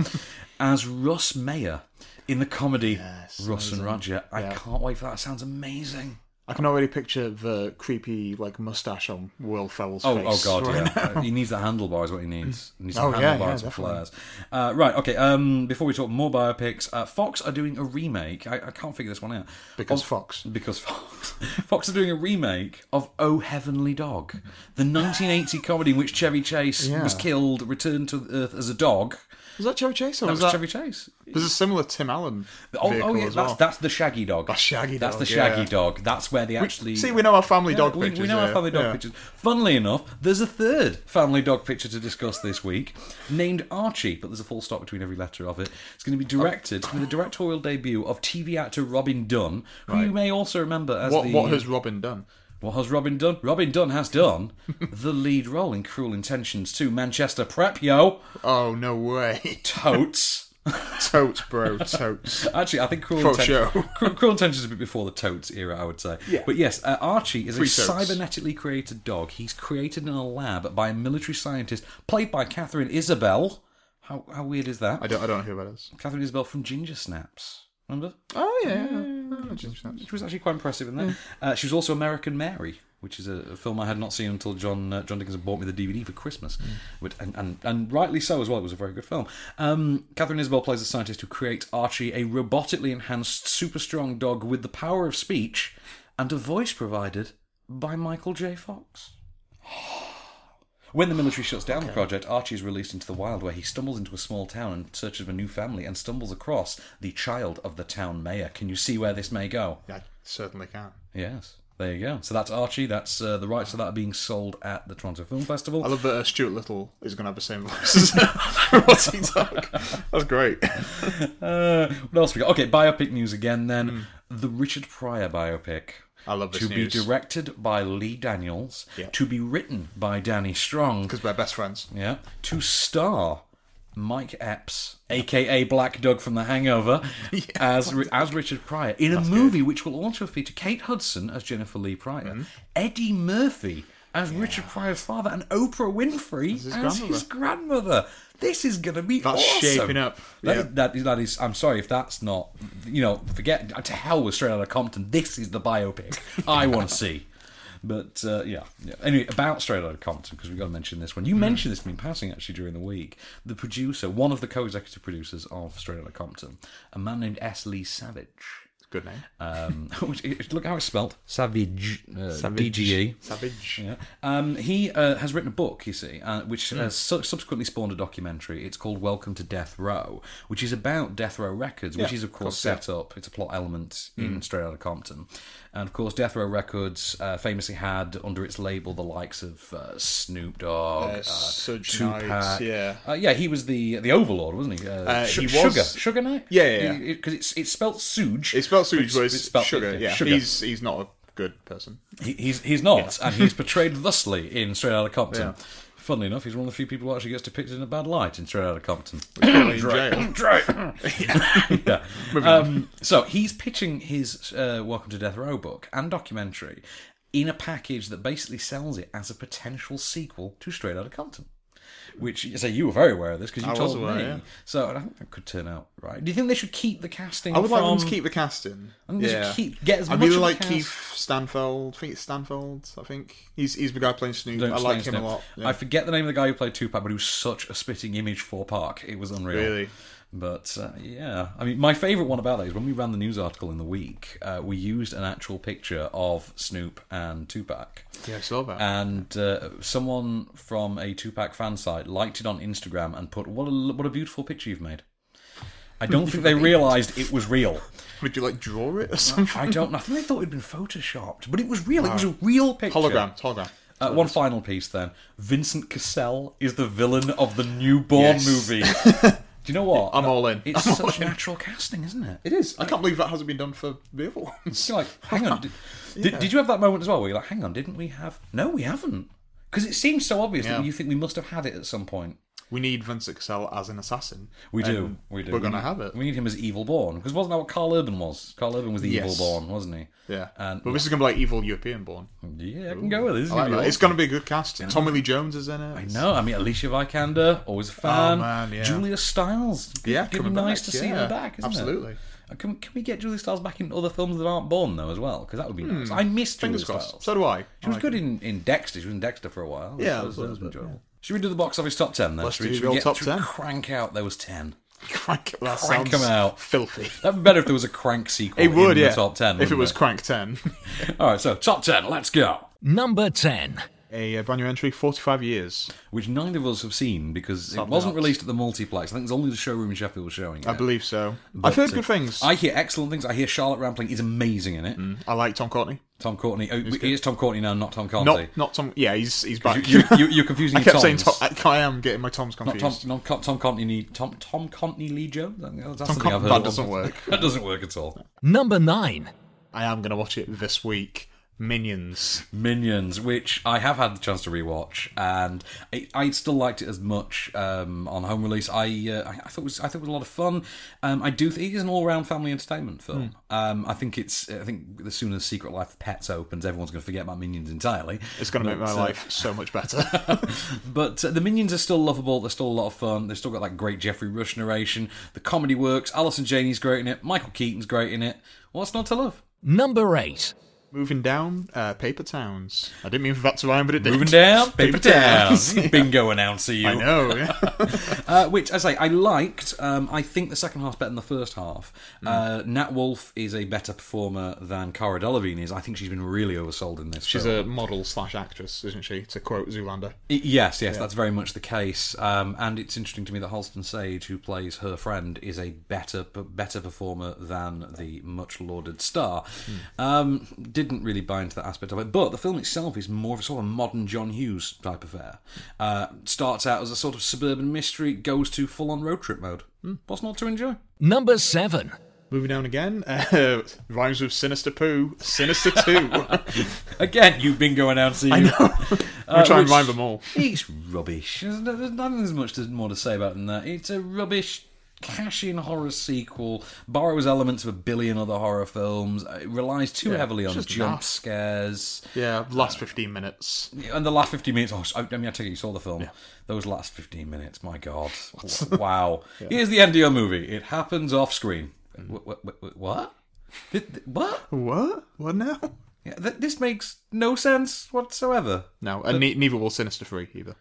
S1: as Russ Mayer in the comedy Russ and Roger. I
S3: Yeah.
S1: can't wait for that. It sounds amazing.
S3: I can already picture the creepy like mustache on Will Ferrell's
S1: Oh, oh
S3: face.
S1: god,
S3: right
S1: yeah.
S3: now.
S1: Uh, He needs the handlebars. What he needs. He needs
S3: Oh,
S1: the
S3: yeah, yeah,
S1: handlebars with
S3: definitely.
S1: flares. Uh, right. Okay. Um, before we talk more biopics, uh, Fox are doing a remake. I, I can't figure this one out
S3: Because
S1: Of-
S3: Fox.
S1: Because Fox. Fox are doing a remake of Oh Heavenly Dog, the 1980 comedy in which Chevy Chase
S3: Yeah.
S1: was killed, returned to Earth as a dog.
S3: Was that Chevy Chase? Or
S1: That
S3: was
S1: was
S3: that...
S1: Chevy Chase.
S3: There's a similar Tim Allen
S1: Oh,
S3: vehicle
S1: oh yeah,
S3: as
S1: that's
S3: well.
S1: that's the Shaggy Dog.
S3: That's Shaggy
S1: That's
S3: Dog,
S1: the Shaggy
S3: yeah.
S1: Dog. That's where they actually
S3: see, we know our family dog
S1: we, We
S3: pictures,
S1: know our
S3: yeah,
S1: family dog
S3: yeah.
S1: pictures. Funnily enough, there's a third family dog picture to discuss this week, named Archie, but there's a full stop between every letter of it. It's going to be
S3: Oh.
S1: directed with a directorial debut of TV actor Robin Dunn, who you
S3: Right.
S1: may also remember as
S3: What-
S1: the
S3: what has Robin done?
S1: What has Robin done? Robin Dunn has done the lead role in Cruel Intentions 2 Manchester Prep, yo.
S3: Oh, no way.
S1: Totes.
S3: totes, bro, totes.
S1: Actually, I think Cruel,
S3: For
S1: Inten-
S3: sure.
S1: Cruel, Cruel Intentions is a bit before the Totes era, I would say.
S3: Yeah.
S1: But yes, uh, Archie is
S3: Pre-Totes.
S1: a cybernetically created dog. He's created in a lab by a military scientist played by Catherine Isabel. How, how weird is that?
S3: I don't, I don't know who that is.
S1: Catherine Isabel from Ginger Snaps. Remember?
S3: Oh, yeah. yeah. She
S1: was actually quite impressive in that. Uh, she was also American Mary, which is a, a film I had not seen until John uh, John Dickinson bought me the DVD for Christmas, But- and, and and rightly so as well. It was a very good film. Um, Catherine Isabel plays a scientist who creates Archie, a robotically enhanced, super strong dog with the power of speech and a voice provided by Michael J. Fox. When the military shuts down the project, Archie is released into the wild where he stumbles into a small town in search of a new family and stumbles across the child of the town mayor. Can you see where this may go?
S3: I certainly can.
S1: Yes. There you go. So that's Archie. That's uh, the rights to that are being sold at the Toronto Film Festival.
S3: I love that uh, Stuart Little is going to have the same voice as Rotty Dog. That's great.
S1: Uh, what else we got? Okay, biopic news again. Then the Richard Pryor biopic.
S3: Hmm. I love this
S1: to
S3: news.
S1: be directed by Lee Daniels.
S3: Yeah.
S1: To be written by Danny Strong.
S3: Because we're best friends.
S1: Yeah. To star Mike Epps, aka Black Doug from The Hangover, as Ri- as Richard Pryor in a movie which will also feature Kate Hudson as Jennifer Lee Pryor, Eddie Murphy as Richard Pryor's father, and Oprah Winfrey as his,
S3: grandmother.
S1: grandmother. This is going to be
S3: That's
S1: awesome.
S3: shaping up.
S1: That-
S3: Yeah.
S1: that is that is. I'm sorry if that's not. You know, forget to hell with Straight Outta Compton. This is the biopic I want to see. But uh, yeah, yeah. Anyway, about Straight Outta Compton because we've got to mention this one.
S3: Hmm.
S1: You mentioned this to me in passing actually during the week. The producer, one of the co-executive producers of Straight Outta Compton, a man named S. Lee Savage.
S3: Good name.
S1: Um, which, it- look how it's spelled. Savage. Uh,
S3: Savage.
S1: DGE.
S3: Savage.
S1: Yeah. Um, he uh, has written a book, you see, uh,
S3: Hmm.
S1: which has su- subsequently spawned a documentary. It's called Welcome to Death Row, which is about Death Row Records, which
S3: Yeah,
S1: is, of
S3: of
S1: course,
S3: course, yeah. Hmm.
S1: set up. It's a plot element in Straight Outta Compton. And, of course, Death Row Records uh, famously had under its label the likes of uh, Snoop Dogg,
S3: Uh,
S1: uh,
S3: Suge Knight,
S1: Tupac.
S3: yeah.
S1: Uh, yeah, he was the the overlord, wasn't he? Uh,
S3: Uh,
S1: Su-
S3: he was-
S1: Sugar. Sugar Knight?
S3: Yeah, yeah, yeah.
S1: Because it's, it's spelled Suge.
S3: It's spelled
S1: but
S3: Suge, but it's
S1: spelled-
S3: Sugar. Yeah,
S1: Sugar.
S3: He's, he's not a good person.
S1: He- he's he's not, and he's portrayed thusly in Straight Outta Compton.
S3: Yeah.
S1: Funnily enough, he's one of the few people who actually gets depicted in a bad light in Straight Outta Compton.
S3: currently in
S1: Dre-
S3: jail.
S1: Dre- yeah. Um, so he's pitching his uh, Welcome to Death Row book and documentary in a package that basically sells it as a potential sequel to Straight Outta Compton. Which so you were very aware of this because you
S3: I was
S1: told
S3: aware,
S1: me.
S3: yeah.
S1: So I think that could turn out right. Do you think they should keep the casting?
S3: I would like them to
S1: from-
S3: keep the casting.
S1: I think they should
S3: yeah.
S1: keep- get as
S3: I
S1: much of
S3: really
S1: the
S3: like
S1: cast-
S3: Keith Stanfield. I think it's Stanfield. I think he's he's the guy playing Snoop.
S1: Don't
S3: I like him
S1: explain
S3: a
S1: his
S3: lot.
S1: name.
S3: Yeah.
S1: I forget the name of the guy who played Tupac, but he was such a spitting image for Park. It was unreal.
S3: Really?
S1: But uh, yeah, I mean, my favourite one about that is when we ran the news article in the week, uh, we used an actual picture of Snoop and Tupac.
S3: Yeah, I saw that.
S1: And uh, someone from a Tupac fan site liked it on Instagram and put, "What a what a beautiful picture you've made." I don't think they realised it was real.
S3: Would you like draw it or something?
S1: I don't. know. I think they thought it'd been photoshopped, but it was real. It was a real picture.
S3: Hologram. Hologram.
S1: Uh, one final piece then. Vincent Cassell is the villain of the newborn
S3: Yes.
S1: movie. Do you know what?
S3: I'm all in.
S1: It's
S3: I'm all
S1: such
S3: in.
S1: natural casting, isn't it?
S3: It is. I can't believe that hasn't been done for the other ones.
S1: You're like, hang on. Did, did- did you have that moment as well where you're like, hang on, didn't we have. No, we haven't. Because it seems so obvious
S3: Yeah.
S1: that you think we must have had it at some point.
S3: We need Vince Excel as an assassin.
S1: We do.
S3: And
S1: we do.
S3: We're
S1: We
S3: gonna
S1: need-
S3: have it.
S1: We need him as evil born. Because wasn't that what Carl Urban was? Carl Urban was the
S3: Yes.
S1: evil born, wasn't he?
S3: Yeah.
S1: And
S3: but this is gonna be like evil European born.
S1: yeah, I can go with it. This is
S3: I like
S1: gonna be
S3: that. It's
S1: awesome.
S3: gonna be a good cast. Tommy Lee Jones is in it.
S1: I know. I mean, Alicia Vikander, always a fan.
S3: Oh, man, yeah.
S1: Julia Stiles. G-
S3: Yeah,
S1: gonna be
S3: coming
S1: nice
S3: back,
S1: to see her
S3: yeah.
S1: back. Isn't
S3: Absolutely.
S1: It? Uh, Can, can we get Julia Stiles back in other films that aren't Bourne though as well? Because that would be nice. I miss Julia
S3: Hmm. Fingers crossed.
S1: Stiles.
S3: So do I.
S1: She was good in, in Dexter. She was in Dexter for a while.
S3: Yeah,
S1: that
S3: I
S1: was,
S3: was
S1: that was
S3: a bit,
S1: enjoyable. Should we do the box office top ten then?
S3: Let's
S1: Should we-
S3: do
S1: should we
S3: the old
S1: get-
S3: top
S1: should we
S3: 10.
S1: Crank out. There was ten.
S3: Crank, that
S1: Crank 'em
S3: sounds
S1: out.
S3: Filthy.
S1: That'd be better if there was a crank sequel.
S3: It would,
S1: in
S3: yeah.
S1: The top ten.
S3: If it
S1: wouldn't
S3: was Crank Ten.
S1: All right. So top ten. Let's go.
S2: Number 10.
S3: a, uh, brand new entry, 45 years.
S1: Which neither of us have seen because it
S3: Sadly
S1: wasn't
S3: not.
S1: released at the multiplex. I think there's only the showroom in Sheffield showing it.
S3: I believe so.
S1: But,
S3: I've heard
S1: uh,
S3: good things. Hmm.
S1: I hear excellent things. I hear Charlotte Rampling is amazing in it.
S3: I like Tom Courtney.
S1: Tom Courtney. Oh, he is Tom Courtney now, not Tom Conte.
S3: Not, not Tom. Yeah, he's he's back.
S1: You, you, you, are confusing
S3: I
S1: your
S3: kept saying Tom,
S1: Toms.
S3: I, I am getting my Toms
S1: Not
S3: confused.
S1: Tom, not Co- Tom Courtney. Tom Tom Courtney Lee Jones. I think That's
S3: Tom
S1: something
S3: Con-
S1: I've heard
S3: that
S1: of.
S3: doesn't work.
S1: that doesn't work at all.
S2: Number nine.
S3: I am going to watch it this week. Minions.
S1: Minions, which I have had the chance to rewatch, and I, I still liked it as much um, on home release. I, uh, I I thought it was I thought it was a lot of fun. Um, I do think it is an all round family entertainment film.
S3: Hmm.
S1: Um, I think it's I think as soon as Secret Life of Pets opens, everyone's going to forget about Minions entirely.
S3: It's going to make
S1: But,
S3: my
S1: uh,
S3: life so much better.
S1: but uh, the minions are still lovable. They're still a lot of fun. They've still got that great Jeffrey Rush narration. The comedy works. Alison Janey's great in it. Michael Keaton's great in it. What's not to love?
S2: Number eight.
S3: Moving down, uh, Paper Towns. I didn't mean for that to rhyme, but it did.
S1: Moving down, paper, towns.
S3: Yeah.
S1: Bingo announcer, you.
S3: I know. Yeah.
S1: uh, which, as I say, I liked. Um, I think the second half's better than the first half. Uh, Nat Wolf is a better performer than Cara Delevingne is. I think she's been really oversold in this.
S3: She's
S1: film.
S3: a model slash actress, isn't she? To quote Zoolander.
S1: Y- Yes, yes,
S3: Yeah.
S1: that's very much the case. Um, and it's interesting to me that Halston Sage, who plays her friend, is a better p- better performer than the much lauded star.
S3: Hmm.
S1: Um, didn't really buy into that aspect of it, but the film itself is more of a sort of modern John Hughes type affair. Uh, starts out as a sort of suburban mystery, goes to full on road trip mode.
S3: Hmm.
S1: What's not to enjoy?
S2: Number seven.
S3: Moving down again, uh, rhymes with Sinister Poo, Sinister 2.
S1: Uh, Again, you bingo announcer. You.
S3: I know. I'm trying to rhyme them all.
S1: It's rubbish. There's, no- there's nothing as much to, more to say about it than that. It's a rubbish cash-in horror sequel. Borrows elements of a billion other horror films. It relies too
S3: Yeah,
S1: heavily
S3: it's
S1: on
S3: just
S1: jump
S3: naff.
S1: scares.
S3: Yeah, last 15 minutes.
S1: And the last 15 minutes, oh, I I mean, I take it you saw the film. Those last 15 minutes, my God. Wow. Here's the end of your movie. It happens off screen.
S3: Mm.
S1: Wh- wh- wh- What? Th- th- What?
S3: What? What now?
S1: Yeah, th- This makes no sense whatsoever.
S3: No, and ne- neither will Sinister 3 either.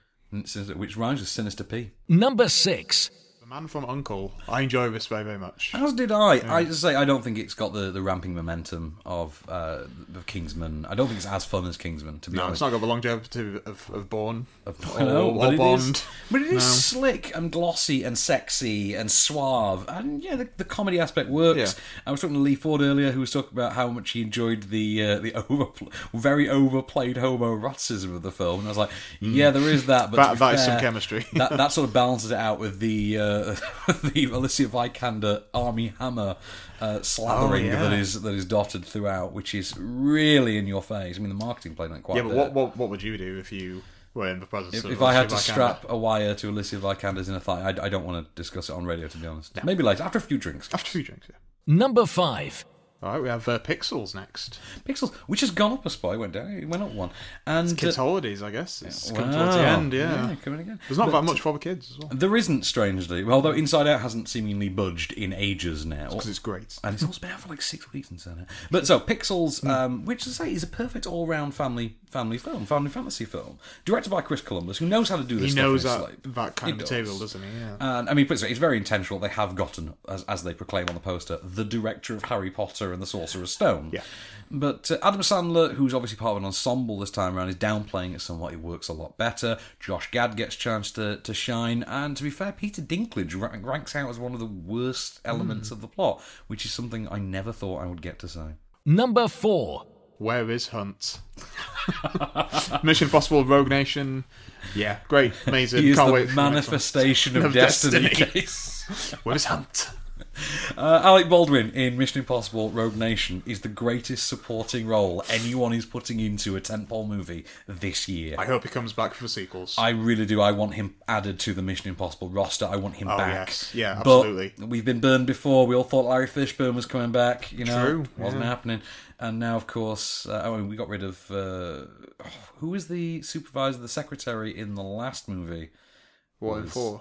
S1: Sinister- Which rhymes with Sinister P.
S2: Number six.
S3: The Man from Uncle. I enjoy this very, very much.
S1: As did I. I just say I don't think it's got the, the ramping momentum of uh, of Kingsman. I don't think it's as fun as Kingsman. To be
S3: No,
S1: honest,
S3: it's not got the longevity of, of, of Bourne.
S1: I know,
S3: or,
S1: but
S3: or
S1: it is-
S3: Bond.
S1: but it is
S3: No.
S1: slick and glossy and sexy and suave, and yeah, the, the comedy aspect works. I was talking to Lee Ford earlier, who was talking about how much he enjoyed the uh, the over very overplayed homoeroticism of the film, and I was like, yeah, there is that, but
S3: Mm. That-
S1: to be
S3: that is
S1: fair,
S3: some chemistry.
S1: that, that sort of balances it out with the uh, the Alicia Vikander army hammer uh, slathering
S3: Oh, yeah.
S1: that is that is dotted throughout, which is really in your face. I mean, the marketing played on it quite.
S3: Yeah,
S1: a
S3: but
S1: bit.
S3: what, what, what would you do if you were in the presence
S1: If,
S3: of
S1: if I had to
S3: Alicia
S1: strap
S3: Vikander?
S1: a wire to Alicia Vikander's inner thigh, I, I don't want to discuss it on radio, to be honest. Maybe later, after a few drinks.
S3: After a few drinks, yeah.
S2: Number five.
S3: All right, we have uh, Pixels next.
S1: Pixels, which has gone up a spot, it went down, it went up one. And
S3: Kids'
S1: uh,
S3: holidays, I guess. It's coming towards the
S1: wow.
S3: end, yeah.
S1: Yeah, coming again.
S3: There's not
S1: But-
S3: that much for the kids as well.
S1: there isn't, strangely, although Inside Out hasn't seemingly budged in ages now.
S3: Because it's great.
S1: and it's also been out for like six weeks and so on. But so Pixels,
S3: Hmm.
S1: um, which as I say is a perfect all-round family family film, family fantasy film, directed by Chris Columbus, who knows how to do this.
S3: He
S1: stuff
S3: knows
S1: in his
S3: that,
S1: sleep.
S3: that
S1: He
S3: kind of
S1: does. Uh,
S3: table, doesn't he? Yeah.
S1: And I mean, put it this way, it's very intentional. They have gotten, as, as they proclaim on the poster, the director of Harry Potter and the Sorcerer's Stone.
S3: Yeah.
S1: But uh, Adam Sandler, who's obviously part of an ensemble this time around, is downplaying it somewhat. He works a lot better. Josh Gad gets a chance to, to shine. And to be fair, Peter Dinklage ra- ranks out as one of the worst elements of the plot, which is something I never thought I would get to say.
S2: Number four.
S3: Where is Hunt? Mission Impossible, Rogue Nation. Yeah, great, amazing.
S1: He is
S3: Can't
S1: the
S3: wait. for the next one.
S1: manifestation of,
S3: Of
S1: destiny.
S3: destiny.
S1: case.
S3: Where's Hunt?
S1: Uh, Alec Baldwin in Mission Impossible Rogue Nation is the greatest supporting role anyone is putting into a tentpole movie this year.
S3: I hope he comes back for sequels.
S1: I really do. I want him added to the Mission Impossible roster. I want him
S3: Oh,
S1: back.
S3: yes. Yeah,
S1: But
S3: absolutely.
S1: we've been burned before. We all thought Larry Fishburne was coming back. You know,
S3: True,
S1: wasn't
S3: yeah.
S1: happening. And now, of course, uh, I mean, we got rid of uh, who was the supervisor, the secretary in the last movie
S3: what in
S1: was-
S3: four?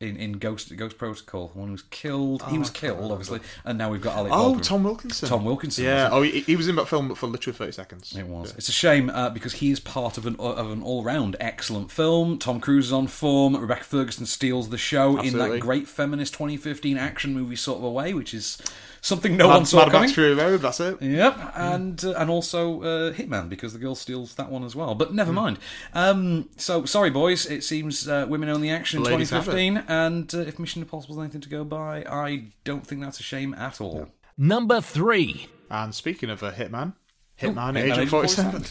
S1: in, in Ghost Ghost Protocol. The one who was killed. he
S3: Oh,
S1: was
S3: I can't
S1: killed,
S3: remember.
S1: obviously. And now we've got Alec.
S3: Oh,
S1: Baldwin.
S3: Tom Wilkinson.
S1: Tom Wilkinson.
S3: Yeah.
S1: isn't it?
S3: Oh, he, he was in that film for literally thirty seconds.
S1: It was.
S3: Yeah.
S1: It's a shame uh, because he is part of an uh, of an all round excellent film. Tom Cruise is on form. Rebecca Ferguson steals the show in
S3: Absolutely.
S1: that great feminist 2015 action movie sort of a way, which is something no
S3: Mad-
S1: one saw
S3: Mad Max
S1: coming.
S3: Fury Mm. Road, that's it.
S1: Yep, and uh, and also uh, Hitman because the girl steals that one as well. But
S3: Mm.
S1: never mind. Um, so sorry, boys. It seems uh, women own the action in
S3: Ladies have it.
S1: 2015, and uh, if Mission Impossible is anything to go by, I don't think that's a shame at all.
S2: Number three.
S3: And speaking of a Hitman,
S1: Oh,
S3: Hitman Agent 47.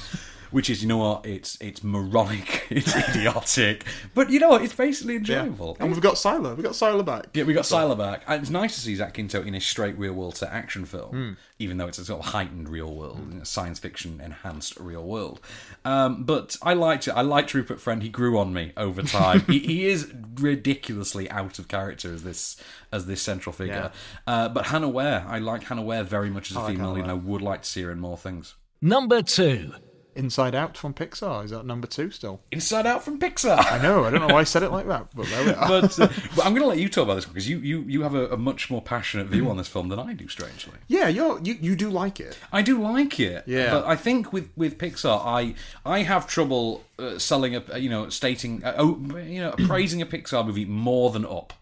S1: Which is, you know what, it's it's moronic, it's idiotic, but you know what, it's basically enjoyable.
S3: And we've got Silo. We've got Silo back.
S1: Yeah, we got Silo back. And it's nice to see Zach Quinto in a straight real world set action film,
S3: Hmm.
S1: even though it's a sort of heightened real world, you know, science fiction enhanced real world. Um, but I liked it. I liked Rupert Friend. He grew on me over time. he, he is ridiculously out of character as this as this central figure. Uh, but Hannah Ware, I like Hannah Ware very much as a
S3: I like
S1: female
S3: Hannah
S1: lead, and I would like to see her in more things.
S2: Number two.
S3: Inside Out from Pixar. Is that number two still?
S1: Inside Out from Pixar.
S3: I know. I don't know why I said it like that, but there we are.
S1: but, uh, but I'm going to let you talk about this because you, you, you have a, a much more passionate
S3: Mm.
S1: view on this film than I do, strangely.
S3: yeah, you're, you you do like it.
S1: I do like it.
S3: Yeah.
S1: But I think with, with Pixar, I I have trouble uh, selling a you know stating uh, oh, you know praising a Pixar movie more than up.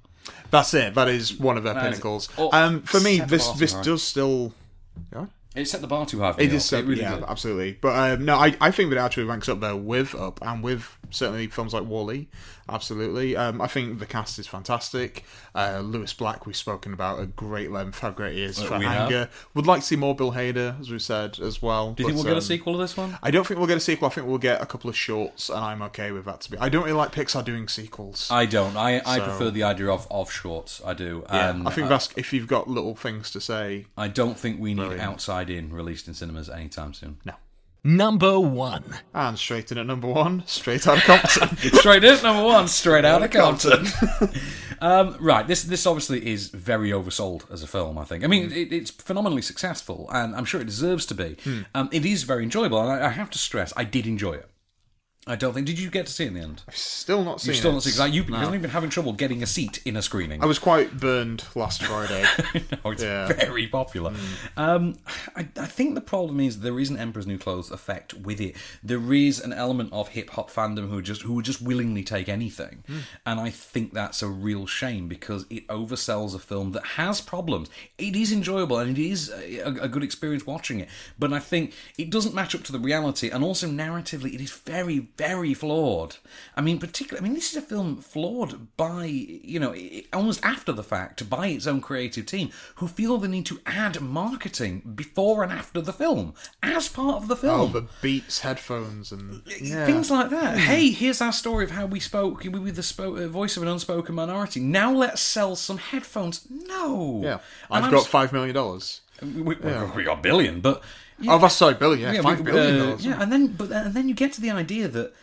S3: That's it. That is one of their
S1: That is-
S3: pinnacles.
S1: oh,
S3: um, for me,
S1: set the
S3: this
S1: bar
S3: this
S1: too high.
S3: does still. Yeah?
S1: It set the bar too high. For
S3: It
S1: me,
S3: is
S1: Up.
S3: so,
S1: really
S3: yeah,
S1: did.
S3: absolutely. But um, no, I, I think that it actually ranks up there with Up and with certainly films like Wally. Absolutely, um, I think the cast is fantastic. Uh, Lewis Black, we've spoken about at great length how great he is
S1: Uh,
S3: for
S1: we have.
S3: Anger. Would like to see more Bill Hader, as we said as well.
S1: Do you think
S3: but,
S1: we'll get
S3: um,
S1: a sequel to this one?
S3: I don't think we'll get a sequel. I think we'll get a couple of shorts, and I'm okay with that. To be, I don't really like Pixar doing sequels.
S1: I don't. I, I
S3: So-
S1: prefer the idea of, of shorts. I do.
S3: Yeah,
S1: and
S3: I think
S1: I,
S3: that's if you've got little things to say.
S1: I don't think we need
S3: Brilliant.
S1: Outside In released in cinemas anytime soon.
S3: No.
S2: Number one.
S3: And straight in at number one, straight out of Compton.
S1: straight in number one, straight out of Compton. um, right, this this obviously is very oversold as a film. I think. I
S3: Hmm.
S1: mean, it, it's phenomenally successful, and I'm sure it deserves to be.
S3: Hmm.
S1: Um, it is very enjoyable, and I, I have to stress, I did enjoy it. I don't think. Did you get to see it in the end?
S3: Still not seen.
S1: You've still
S3: it.
S1: not seen. Like, you've
S3: No.
S1: only been having trouble getting a seat in a screening.
S3: I was quite burned last Friday.
S1: No, it's
S3: Yeah.
S1: very popular. Um, I, I think the problem is there is an Emperor's New Clothes effect with it. There is an element of hip hop fandom who are just who would just willingly take anything, and I think that's a real shame because it oversells a film that has problems. It is enjoyable and it is a, a good experience watching it, but I think it doesn't match up to the reality. And also narratively, it is very very flawed. I mean, particularly, I mean, this is a film flawed by you know i- almost after the fact by its own creative team who feel the need to add marketing before and after the film as part of the
S3: Oh,
S1: film.
S3: the Beats headphones and yeah.
S1: Things like that. Hey, here's our story of how we spoke. We were the spo- uh, voice of an unspoken minority. Now let's sell some headphones. No.
S3: Yeah,
S1: And
S3: I've
S1: I'm
S3: got
S1: s-
S3: five million dollars.
S1: We, we,
S3: Yeah.
S1: we got a billion, but
S3: Oh, that's sorry, billion. Yeah,
S1: we-
S3: five billion
S1: uh,
S3: dollars.
S1: yeah, and then but and then you get to the idea that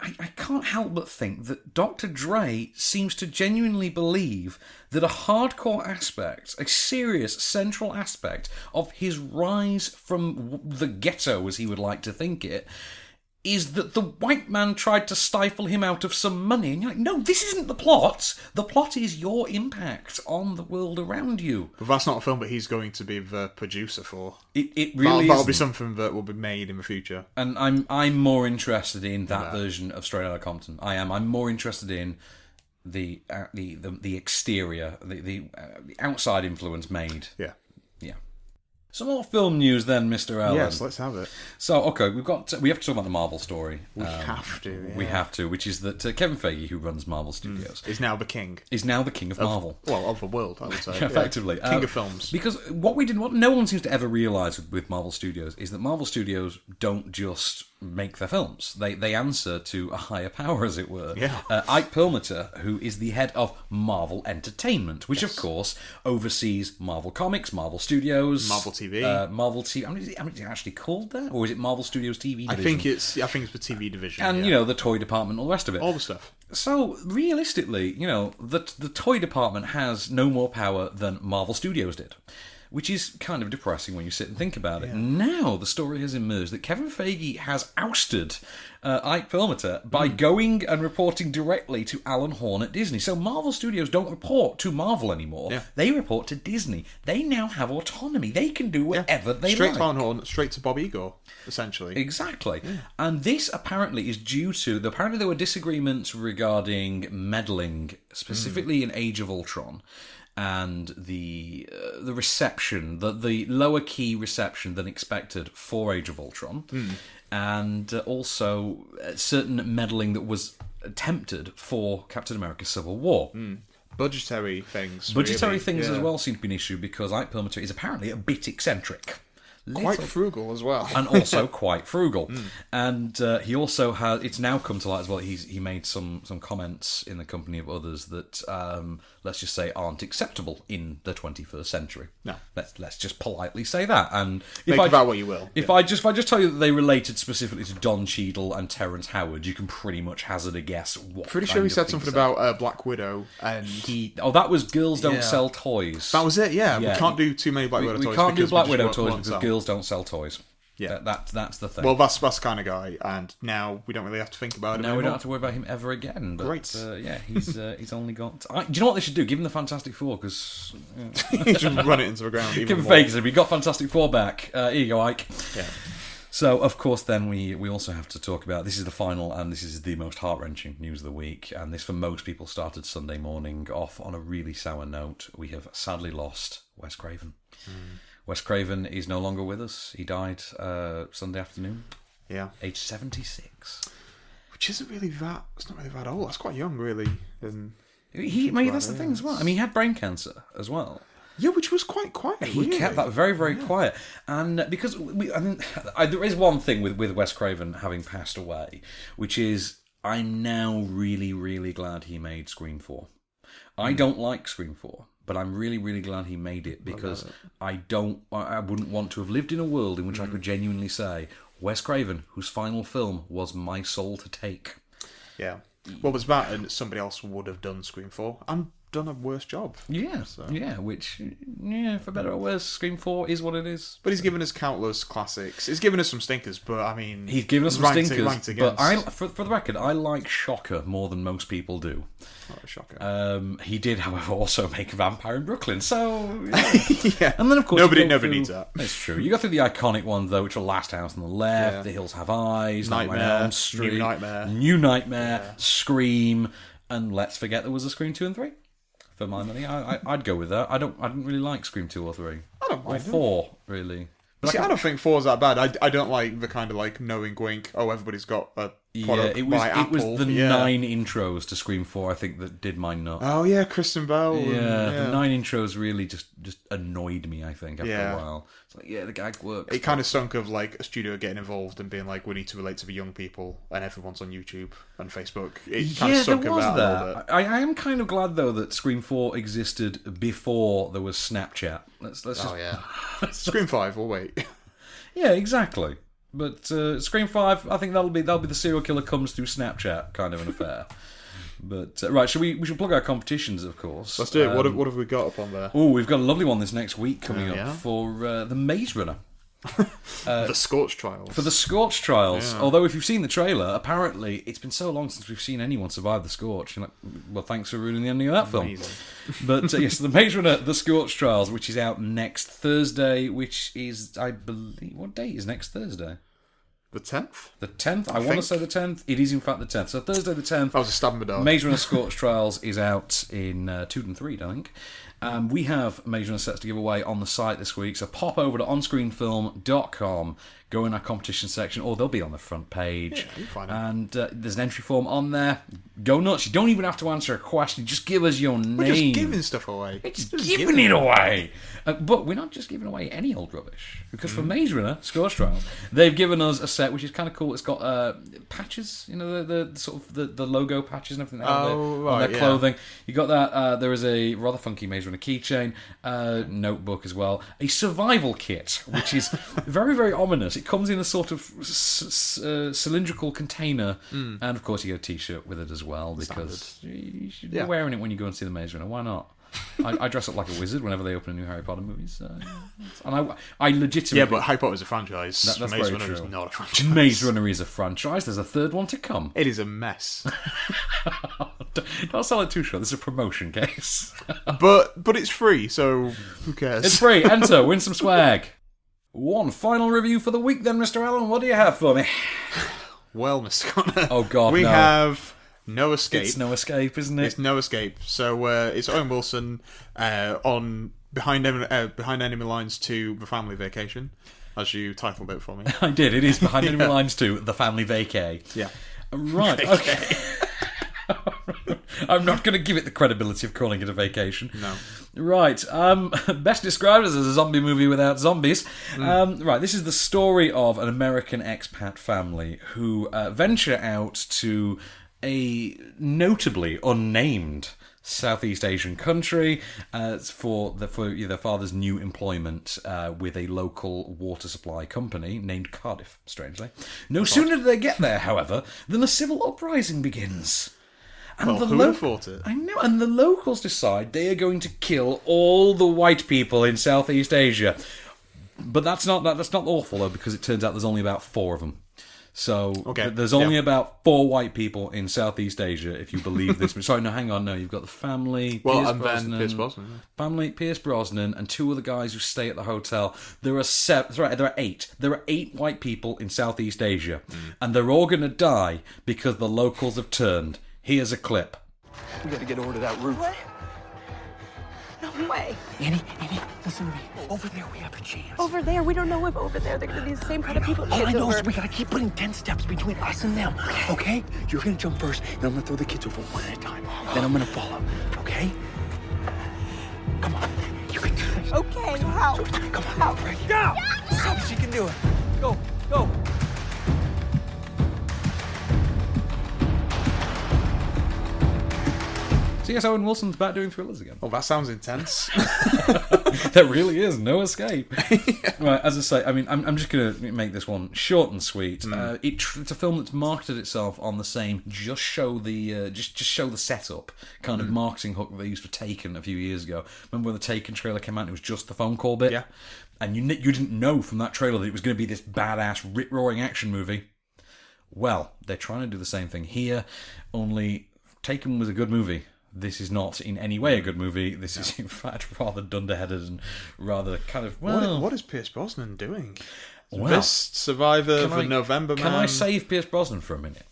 S1: I, I can't help but think that Dr. Dre seems to genuinely believe that a hardcore aspect, a serious central aspect of his rise from w- the ghetto, as he would like to think it. Is that the white man tried to stifle him out of some money? And you're like, no, this isn't the plot. The plot is your impact on the world around you.
S3: But that's not a film that he's going to be the producer for.
S1: It, it
S3: That'll-
S1: really
S3: that'll be
S1: isn't.
S3: something that will be made in the future.
S1: and I'm I'm more interested in that version of Straight Outta Compton. I am. I'm more interested in the uh, the, the the exterior, the the, uh, the outside influence made.
S3: Yeah.
S1: Yeah. Some more film news then, Mister Allen.
S3: Yes, let's have it.
S1: So okay, we've got we have to talk about the Marvel story.
S3: We have to. Yeah.
S1: um, We have to, which is that uh, Kevin Feige, who runs Marvel Studios,
S3: Is now the king.
S1: is now the king of Marvel.
S3: Well, of the world, I would say.
S1: Yeah, effectively
S3: Yeah. King
S1: Uh,
S3: of films.
S1: because what we did what no one seems to ever realize with, with marvel studios is that marvel studios don't just make their films they they answer to a higher power as it were
S3: Yeah.
S1: uh, ike perlmutter who is the head of marvel entertainment which of course oversees marvel comics marvel studios
S3: Marvel TV.
S1: uh, marvel tv I mean, is, it, I mean, is it actually called that or is it marvel studios tv
S3: I
S1: division?
S3: think it's. I think it's the TV division.
S1: and
S3: yeah.
S1: you know the toy department, all the rest of it.
S3: all the stuff.
S1: So realistically, you know, the the toy department has no more power than Marvel Studios did, which is kind of depressing when you sit and think about it. Now the story has emerged that Kevin Feige has ousted uh, Ike Perlmutter
S3: Hmm.
S1: by going and reporting directly to Alan Horn at Disney. So Marvel Studios don't report to Marvel anymore;
S3: Yeah.
S1: they report to Disney. They now have autonomy. They can do whatever they
S3: straight
S1: like.
S3: to Alan Horn, straight to Bob Igor, essentially.
S1: Exactly. And this apparently is due to apparently there were disagreements regarding meddling, specifically in Age of Ultron. and the uh, the reception, the the lower key reception than expected for Age of Ultron,
S3: Hmm.
S1: and uh, also uh, certain meddling that was attempted for Captain America: Civil War.
S3: Budgetary things.
S1: Budgetary
S3: really,
S1: things as
S3: Hmm, yeah.
S1: well seem to be an issue because Ike Perlmutter is apparently a bit eccentric.
S3: Quite frugal as well.
S1: and also quite frugal.
S3: Mm.
S1: And uh, he also has. It's now come to light as well. He's he made some some comments in the company of others that um, let's just say aren't acceptable in the 21st century.
S3: No.
S1: let's let's just politely say that. And
S3: Make of that what you will.
S1: If I just if I just tell you that they related specifically to Don Cheadle and Terrence Howard, you can pretty much hazard a guess. What
S3: Pretty sure
S1: kind
S3: he
S1: of
S3: said
S1: things
S3: something
S1: that-
S3: about uh, Black Widow and
S1: he. Oh, that was girls don't sell toys.
S3: That was it. Yeah, we can't do too many Black
S1: we,
S3: Widow
S1: we
S3: toys.
S1: can't do
S3: because we
S1: Black
S3: just
S1: Widow
S3: won't-
S1: toys
S3: won't
S1: because
S3: sell.
S1: girls don't sell toys. Yeah, that, that that's the thing.
S3: Well, that's that's the kind of guy, and now we don't really have to think about it.
S1: No, we don't have to worry about him ever again. But,
S3: Great.
S1: Uh, yeah, he's uh, he's only got. I, do you know what they should do? Give him the Fantastic Four because
S3: Just run it into the ground even
S1: Give him
S3: more.
S1: Vegas. We got Fantastic Four back. Uh, here you go, Ike.
S3: Yeah.
S1: So of course, then we we also have to talk about this is the final and this is the most heart wrenching news of the week. And this for most people started Sunday morning off on a really sour note. We have sadly lost Wes Craven.
S3: Hmm.
S1: Wes Craven is no longer with us. He died uh, Sunday afternoon.
S3: Yeah,
S1: age seventy six.
S3: Which isn't really that. It's not really that old. That's quite young, really. Isn't
S1: He, I mean, that's the thing as well. I mean, he had brain cancer as well.
S3: Yeah, which was quite quiet.
S1: He
S3: really.
S1: kept that very, very quiet, and uh, because we, I mean, I, there is one thing with with Wes Craven having passed away, which is I'm now really, really glad he made Scream Four. I don't like Scream Four, but I'm really, really glad he made it Hmm. because I don't, I I wouldn't want to have lived in a world in which I could genuinely say Wes Craven, whose final film was My Soul to Take.
S3: Yeah. Well, was that, and somebody else would have done Scream Four and done a worse job.
S1: Yeah. Yeah, which yeah, for better or worse, Scream Four is what it is.
S3: But he's given us countless classics. He's given us some stinkers, but I mean,
S1: He's given us some
S3: ranked-
S1: stinkers,
S3: ranked
S1: but
S3: against-
S1: I, for, for the record, I like Shocker more than most people do.
S3: Shocker.
S1: Um, he did, however, also make Vampire in Brooklyn, so yeah. And then of course,
S3: Nobody-
S1: you go
S3: nobody needs that.
S1: That's true. You go through the iconic ones though, which are Last House on the Left,
S3: Yeah.
S1: The Hills Have Eyes, Nightmare,
S3: Nightmare,
S1: on Elm Street,
S3: New Nightmare.
S1: New Nightmare, Scream, and let's forget there was a Scream two and three. For my money, I, I, I'd go with that. I don't. I didn't really like Scream two or three. I
S3: don't
S1: Or
S3: mind them.
S1: four, really.
S3: See, I don't think four's that bad. I, I don't like the kind of like knowing wink. Oh, everybody's got a product
S1: yeah, it was
S3: by
S1: it
S3: Apple.
S1: was the
S3: yeah.
S1: nine intros to Scream Four. I think that did my nut.
S3: Oh yeah, Kristen Bell. and-
S1: yeah,
S3: yeah.
S1: the nine intros really just just annoyed me. I think after
S3: Yeah.
S1: a while, it's like yeah, the gag works.
S3: It kind of sunk of like a studio getting involved and being like, we need to relate to the young people, and everyone's on YouTube and Facebook. It kind
S1: yeah,
S3: of sunk
S1: there
S3: of
S1: was
S3: that. A little bit.
S1: that. I, I am kind of glad though that Scream Four existed before there was Snapchat. Let's let's just
S3: Oh yeah, Scream Five. We'll wait.
S1: yeah, exactly. But uh, Scream Five, I think that'll be that'll be the serial killer comes through Snapchat kind of an affair. but uh, right, should we we should plug our competitions, of course.
S3: Let's do it. What have,
S1: Um,
S3: what have we got up on there?
S1: Oh, we've got a lovely one this next week coming
S3: Oh, yeah?
S1: up for uh, the Maze Runner. Uh,
S3: the Scorch Trials.
S1: For the Scorch Trials.
S3: Yeah.
S1: Although, if you've seen the trailer, apparently it's been so long since we've seen anyone survive the Scorch. You're like, well, thanks for ruining the ending of that film.
S3: Amazing.
S1: but uh, yes, the Maze Runner, the Scorch Trials, which is out next Thursday, which is, I believe, what date is next Thursday?
S3: The tenth.
S1: The tenth. I,
S3: I
S1: want to
S3: think. Oh,
S1: say the tenth. It is in fact the tenth. So Thursday the tenth. I
S3: was a stab in the dark.
S1: Maze Runner Scorch Trials is out in uh, two and three, I think. Um, we have Maze Runner sets to give away on the site this week, so pop over to onscreenfilm.com, go in our competition section, or they'll be on the front page.
S3: Yeah, you find
S1: and uh, there's an entry form on there. Go nuts. You don't even have to answer a question. Just give us your name.
S3: We're just giving stuff away.
S1: We're just giving it away. Uh, but we're not just giving away any old rubbish because for Maze Runner Scorch Trials, they've given us a set which is kind of cool. It's got uh, patches, you know, the, the sort of the, the logo patches and everything they have on their-
S3: Oh,
S1: on
S3: right,
S1: their
S3: yeah.
S1: clothing. You got that. Uh, there is a rather funky Maze Runner keychain, uh, notebook as well, a survival kit which is very very ominous. It comes in a sort of s- s- uh, cylindrical container,
S3: Mm.
S1: and of course you get a T-shirt with it as well because you should
S3: Yeah.
S1: be wearing it when you go and see the Maze Runner. Why not? I, I dress up like a wizard whenever they open a new Harry Potter movie. So. And I, I legitimately.
S3: Yeah, but Harry Potter is a franchise.
S1: That- that's
S3: Maze
S1: very
S3: Runner is
S1: true.
S3: not a franchise.
S1: Maze Runner is a franchise. There's a third one to come.
S3: It is a mess.
S1: Don't sell it too short. This is a promotion case.
S3: but but it's free, so who cares?
S1: It's free. Enter. Win some swag. One final review for the week, then, Mr. Allen. What do you have for me?
S3: Well, Mr. Connor.
S1: Oh God,
S3: we
S1: no.
S3: have No escape.
S1: It's no escape, isn't it?
S3: It's no escape. So uh, it's Owen Wilson uh, on behind enemy, uh, behind enemy lines to the family vacation, as you titled it for me.
S1: I did. It is behind enemy lines to the family vacay.
S3: Yeah.
S1: Right. Okay. I'm not going to give it the credibility of calling it a vacation.
S3: No.
S1: Right. Um, best described as a zombie movie without zombies. Um, right. This is the story of an American expat family who uh, venture out to a notably unnamed Southeast Asian country uh, for the for their father's new employment uh, with a local water supply company named Cardiff. Strangely, no sooner do they get there, however, than a civil uprising begins.
S3: Well, who
S1: loc-
S3: would've thought it?
S1: I know, and the locals decide they are going to kill all the white people in Southeast Asia. But that's not that, that's not awful though, because it turns out there's only about four of them. So
S3: Okay,
S1: th- there's only
S3: yeah.
S1: about four white people in Southeast Asia, if you believe this. Sorry, no, hang on. No, you've got the family.
S3: Well,
S1: Pierce
S3: and then
S1: Brosnan,
S3: Pierce Brosnan, yeah.
S1: Family, Pierce Brosnan, and two other guys who stay at the hotel. There are seven. Right, there are eight. There are eight white people in Southeast Asia,
S3: Mm.
S1: and they're all going to die because the locals have turned. Here's a clip.
S14: We gotta get over to that roof.
S4: What? No way.
S14: Annie, Annie, listen to me. Over there, we have a chance.
S4: Over there, we don't know if over there they're gonna be the same kind of people.
S14: All I
S4: kids
S14: know
S4: over.
S14: is we gotta keep putting 10 steps between us and them, okay? You're gonna jump first, then I'm gonna throw the kids over one at a time. Then I'm gonna follow, okay? Come on, you can do this.
S4: Okay, how?
S14: Come on, how? Go! Stop, she can do it. Go, go.
S1: So yes, Owen Wilson's back doing thrillers again.
S3: Well, Oh, that sounds intense.
S1: there really is no escape. Right, as I say, I mean, I'm, I'm just going to make this one short and sweet.
S3: Mm.
S1: Uh, it, tr- it's a film that's marketed itself on the same just show the uh, just just show the setup kind of
S3: Mm.
S1: marketing hook that they used for Taken a few years ago. Remember when the Taken trailer came out? and It was just the phone call bit. Yeah, and you kn- you didn't know from that trailer that it was going to be this badass, rip roaring action movie. Well, they're trying to do the same thing here, only Taken was a good movie. This is not in any way a good movie. This is, in fact, rather dunderheaded and rather kind of.
S3: What-
S1: Well,
S3: what is Pierce Brosnan doing?
S1: Well,
S3: this survivor
S1: can
S3: of the
S1: I-
S3: November
S1: Can
S3: Man.
S1: I save Pierce Brosnan for a minute?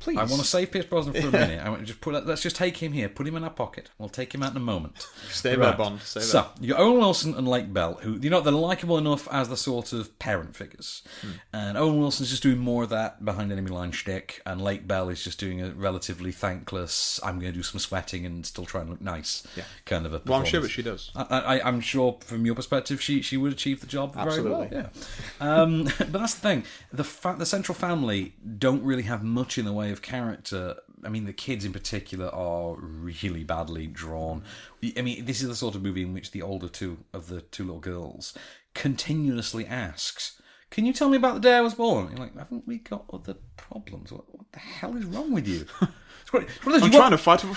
S3: Please.
S1: I want to save Pierce Brosnan for a
S3: Yeah.
S1: minute. I want to just put. Let's just take him here. Put him in our pocket. We'll take him out in a moment.
S3: Stay there, Bond. Stay
S1: so
S3: there.
S1: you got Owen Wilson and Lake Bell, who you know they're likable enough as the sort of parent figures,
S3: Hmm.
S1: and Owen Wilson's just doing more of that behind enemy line shtick, and Lake Bell is just doing a relatively thankless. I'm going to do some sweating and still try and look nice.
S3: Yeah.
S1: kind of a.
S3: Well, I'm sure
S1: performance.
S3: that she does.
S1: I, I, I'm sure from your perspective, she she would achieve the job very
S3: Absolutely.
S1: well. Yeah. Um, but that's the thing. The fa- the central family don't really have much in the way of character. I mean, the kids in particular are really badly drawn. I mean, this is the sort of movie in which the older two of the two little girls continuously asks. Can you tell me about the day I was born? You're like, haven't we got other problems? What, what the hell is wrong with you? It's great. It's one of those
S3: I'm
S1: you
S3: trying
S1: want-
S3: to fight with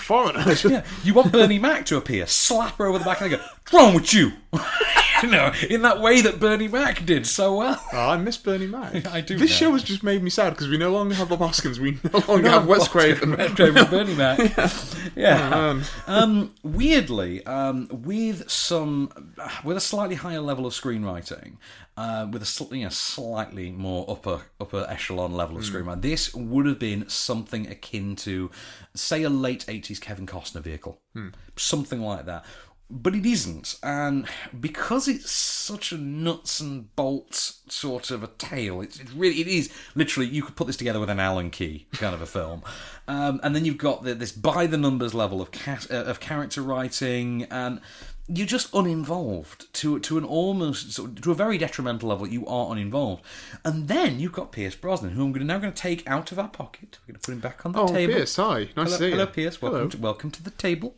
S3: foreigners.
S1: yeah, you want Bernie Mac to appear, slap her over the back, and they go, "What's wrong with you?" you know, in that way that Bernie Mac did so well.
S3: Oh, I miss Bernie Mac.
S1: I do.
S3: This
S1: now.
S3: show has just made me sad because we no longer have Bob Hoskins, we no longer have Wes Craven.
S1: Wes Craven and Bernie Mac. yeah.
S3: Oh, man.
S1: Um, weirdly, um, with some, with a slightly higher level of screenwriting, uh, with a sl- you know, slightly more upper upper echelon level of
S3: Mm.
S1: screenwriting, this would have been something akin to, say, a late '80s Kevin Costner vehicle,
S3: Hmm.
S1: something like that. But it isn't, and because it's such a nuts and bolts sort of a tale, it's, it's really it is literally you could put this together with an Alan Key kind of a film, um, and then you've got the, this by the numbers level of ca- uh, of character writing, and you're just uninvolved to to an almost sort of- to a very detrimental level. You are uninvolved, and then you've got Pierce Brosnan, who I'm gonna, now going to take out of our pocket. We're going to put him back on the
S3: Oh,
S1: table.
S3: Pierce, hi. Nice to
S1: hello,
S3: see you.
S1: Hello, Pierce. Welcome
S3: Hello.
S1: to welcome to the table.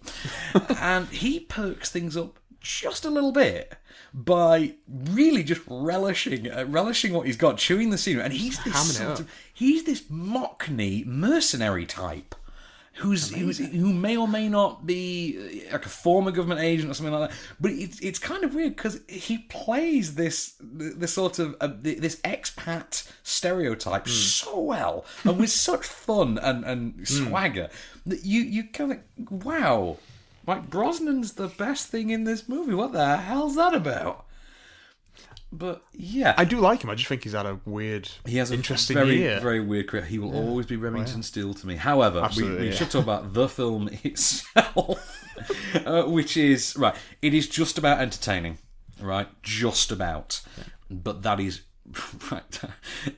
S1: and he perks things up just a little bit by really just relishing uh, relishing what he's got, chewing the scenery. And he's
S3: Hamming it
S1: this
S3: up.
S1: sort of, he's this mockney mercenary type. Who's, who's who may or may not be uh, like a former government agent or something like that, but it's it's kind of weird because he plays this this sort of uh, this expat
S3: Hmm.
S1: stereotype so well and with such fun and and swagger that you you kind of wow like Brosnan's the best thing in this movie. What the hell's that about? But yeah,
S3: I do like him. I just think he's had a weird,
S1: He has an
S3: interesting
S1: very,
S3: year.
S1: very weird career. He will
S3: Yeah.
S1: always be
S3: Oh,
S1: Remington
S3: yeah.
S1: Steele to me. However, we,
S3: Absolutely,
S1: we
S3: yeah.
S1: should talk about the film itself, uh, which is right. It is just about entertaining, right? Just about, but that is. Right,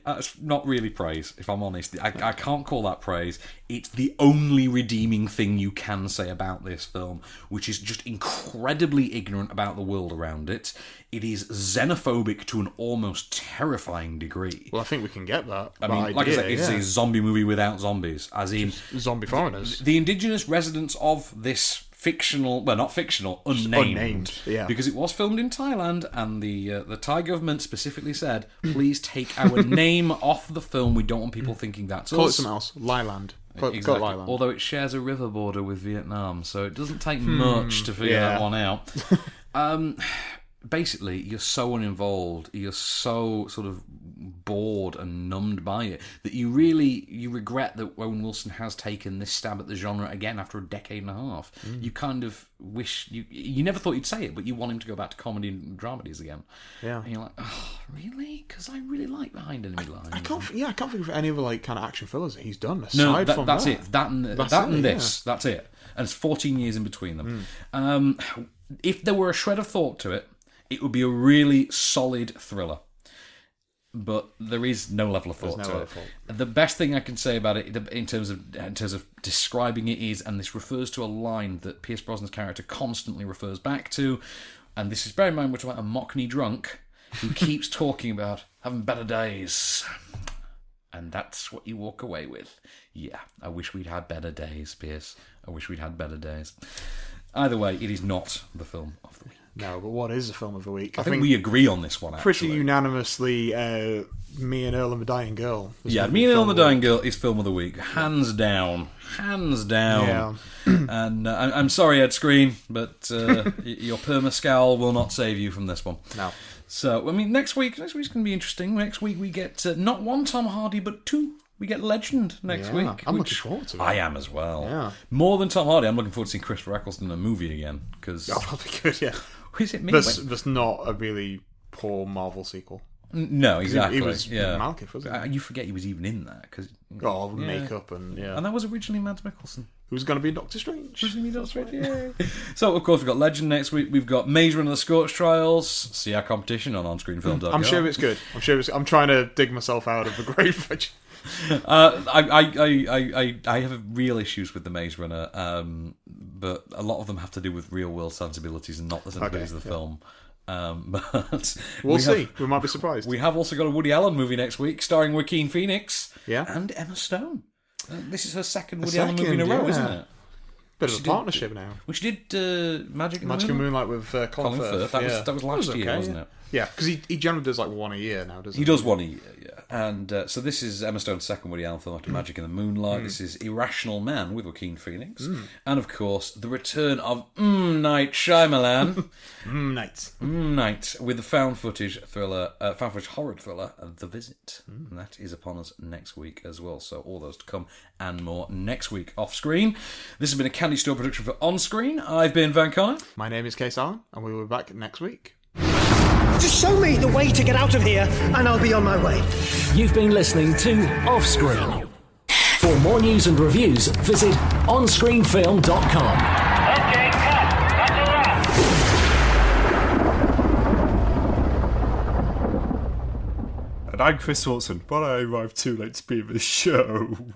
S1: that's not really praise. If I'm honest, I, I can't call that praise. It's the only redeeming thing you can say about this film, which is just incredibly ignorant about the world around it. It is xenophobic to an almost terrifying degree.
S3: Well, I think we can get that.
S1: I
S3: that
S1: mean, like I
S3: idea,
S1: said, it's
S3: yeah.
S1: a zombie movie without zombies, as in
S3: zombie foreigners.
S1: The indigenous residents of this fictional, well, not fictional, unnamed,
S3: unnamed, yeah.
S1: because it was filmed in Thailand, and the uh, the Thai government specifically said, "Please take our name off the film. We don't want people thinking that's
S3: Call it
S1: us."
S3: something else. Lyland. Call, it- call it
S1: Exactly.
S3: Lyland.
S1: Although it shares a river border with Vietnam, so it doesn't take
S3: Hmm,
S1: much to figure
S3: yeah.
S1: that one out. um, basically, you're so uninvolved, you're so sort of bored and numbed by it that you really you regret that Owen Wilson has taken this stab at the genre again after a decade and a half.
S3: Mm.
S1: You kind of wish you you never thought you'd say it, but you want him to go back to comedy and dramedies again.
S3: Yeah.
S1: and you're like, oh, really? Because I really like Behind Enemy Lines.
S3: I can't. Yeah, I can't think of any other like kind of action fillers that he's done. Aside
S1: No, that-
S3: from
S1: that's
S3: that.
S1: it. That and
S3: That's
S1: that
S3: it,
S1: and
S3: yeah. Hmm.
S1: this. That's it. And it's 14 years in between them. Um, if there were a shred of thought to it, it would be a really solid thriller. But there is no level of
S3: There's
S1: thought
S3: no
S1: to
S3: level
S1: it.
S3: of thought.
S1: The best thing I can say about it, in terms of in terms of describing it, is and this refers to a line that Pierce Brosnan's character constantly refers back to, and this is bear in mind we're talking about a mockney drunk who keeps talking about having better days and that's what you walk away with. Yeah, I wish we'd had better days, Pierce. I wish we'd had better days. Either way, it is not the film of the week.
S3: No, but what is the film of the week?
S1: I think we agree on this one,
S3: Pretty unanimously, uh, me and Earl and the Dying Girl. was
S1: yeah,
S3: gonna
S1: Me
S3: be
S1: and Ellen
S3: film
S1: the
S3: of the
S1: Dying Girl is film of the week, hands down, hands down. and uh, I'm- I'm sorry, Ed Screen, but uh, y- your permascal will not save you from this one.
S3: No.
S1: So I mean, next week, next week's going to be interesting. Next week we get uh, not one Tom Hardy, but two. We get Legend next
S3: Yeah,
S1: week.
S3: I'm
S1: which-
S3: looking forward to it.
S1: I am as well.
S3: Yeah.
S1: More than Tom Hardy, I'm looking forward to seeing Christopher Eccleston in a movie again because
S3: Oh, that'd be good. Yeah.
S1: Is it me?
S3: That's, that's not a really poor Marvel sequel.
S1: no,
S3: 'Cause he-
S1: exactly.
S3: He was
S1: yeah.
S3: Malekith, wasn't he?
S1: Uh, you forget he was even in that because
S3: Oh, makeup and- yeah.
S1: and that was originally Mads Mikkelsen.
S3: Who's going to be Doctor Strange? Who's
S1: going to be Doctor Strange? So of course we've got Legend next week. We've got Maze Runner: The Scorch Trials. See our competition on onscreenfilm.com.
S3: I'm sure it's good. I'm sure it's. I'm trying to dig myself out of the grave. which-
S1: uh, I, I, I, I- I, I have real issues with the Maze Runner, um, but a lot of them have to do with real world sensibilities and not the sensibilities
S3: Okay,
S1: of the
S3: yeah.
S1: film. Um, but
S3: We'll
S1: we
S3: see.
S1: have-
S3: we might be surprised.
S1: we have also got a Woody Allen movie next week starring Joaquin Phoenix.
S3: Yeah.
S1: And Emma Stone. Uh, This is her second
S3: The
S1: Woody Allen movie in a
S3: second,
S1: row,
S3: yeah.
S1: isn't it?
S3: Bit
S1: She
S3: of a
S1: did-
S3: partnership now.
S1: Which did uh, Magic and
S3: Magic
S1: the
S3: and
S1: Moonlight.
S3: Moonlight with uh, Colin,
S1: Colin
S3: Firth.
S1: Firth, that was-
S3: yeah.
S1: that was last year,
S3: okay,
S1: wasn't
S3: yeah.
S1: it?
S3: Yeah, because he, he generally does like one a year now, doesn't he?
S1: He does one a year, yeah. And uh, so this is Emma Stone's second Woody Allen film after Magic in the Moonlight.
S3: Mm.
S1: This is Irrational Man with Joaquin Phoenix.
S3: Mm.
S1: And of course, the return of M. Night Shyamalan.
S3: Mm, Night.
S1: M. Night with the found footage thriller, uh, found footage horror thriller, uh, The Visit.
S3: Mm.
S1: And that is upon us next week as well. So all those to come and more next week off screen. This has been a Candy Store production for On Screen. I've been Van Connor.
S3: My name is Case Allen, and we will be back next week.
S2: Just show me the way to get out of here, and I'll be on my way. You've been listening to Offscreen. For more news and reviews, visit onscreenfilm.com.
S15: And I'm Chris Watson, but I arrived too late to be in the show.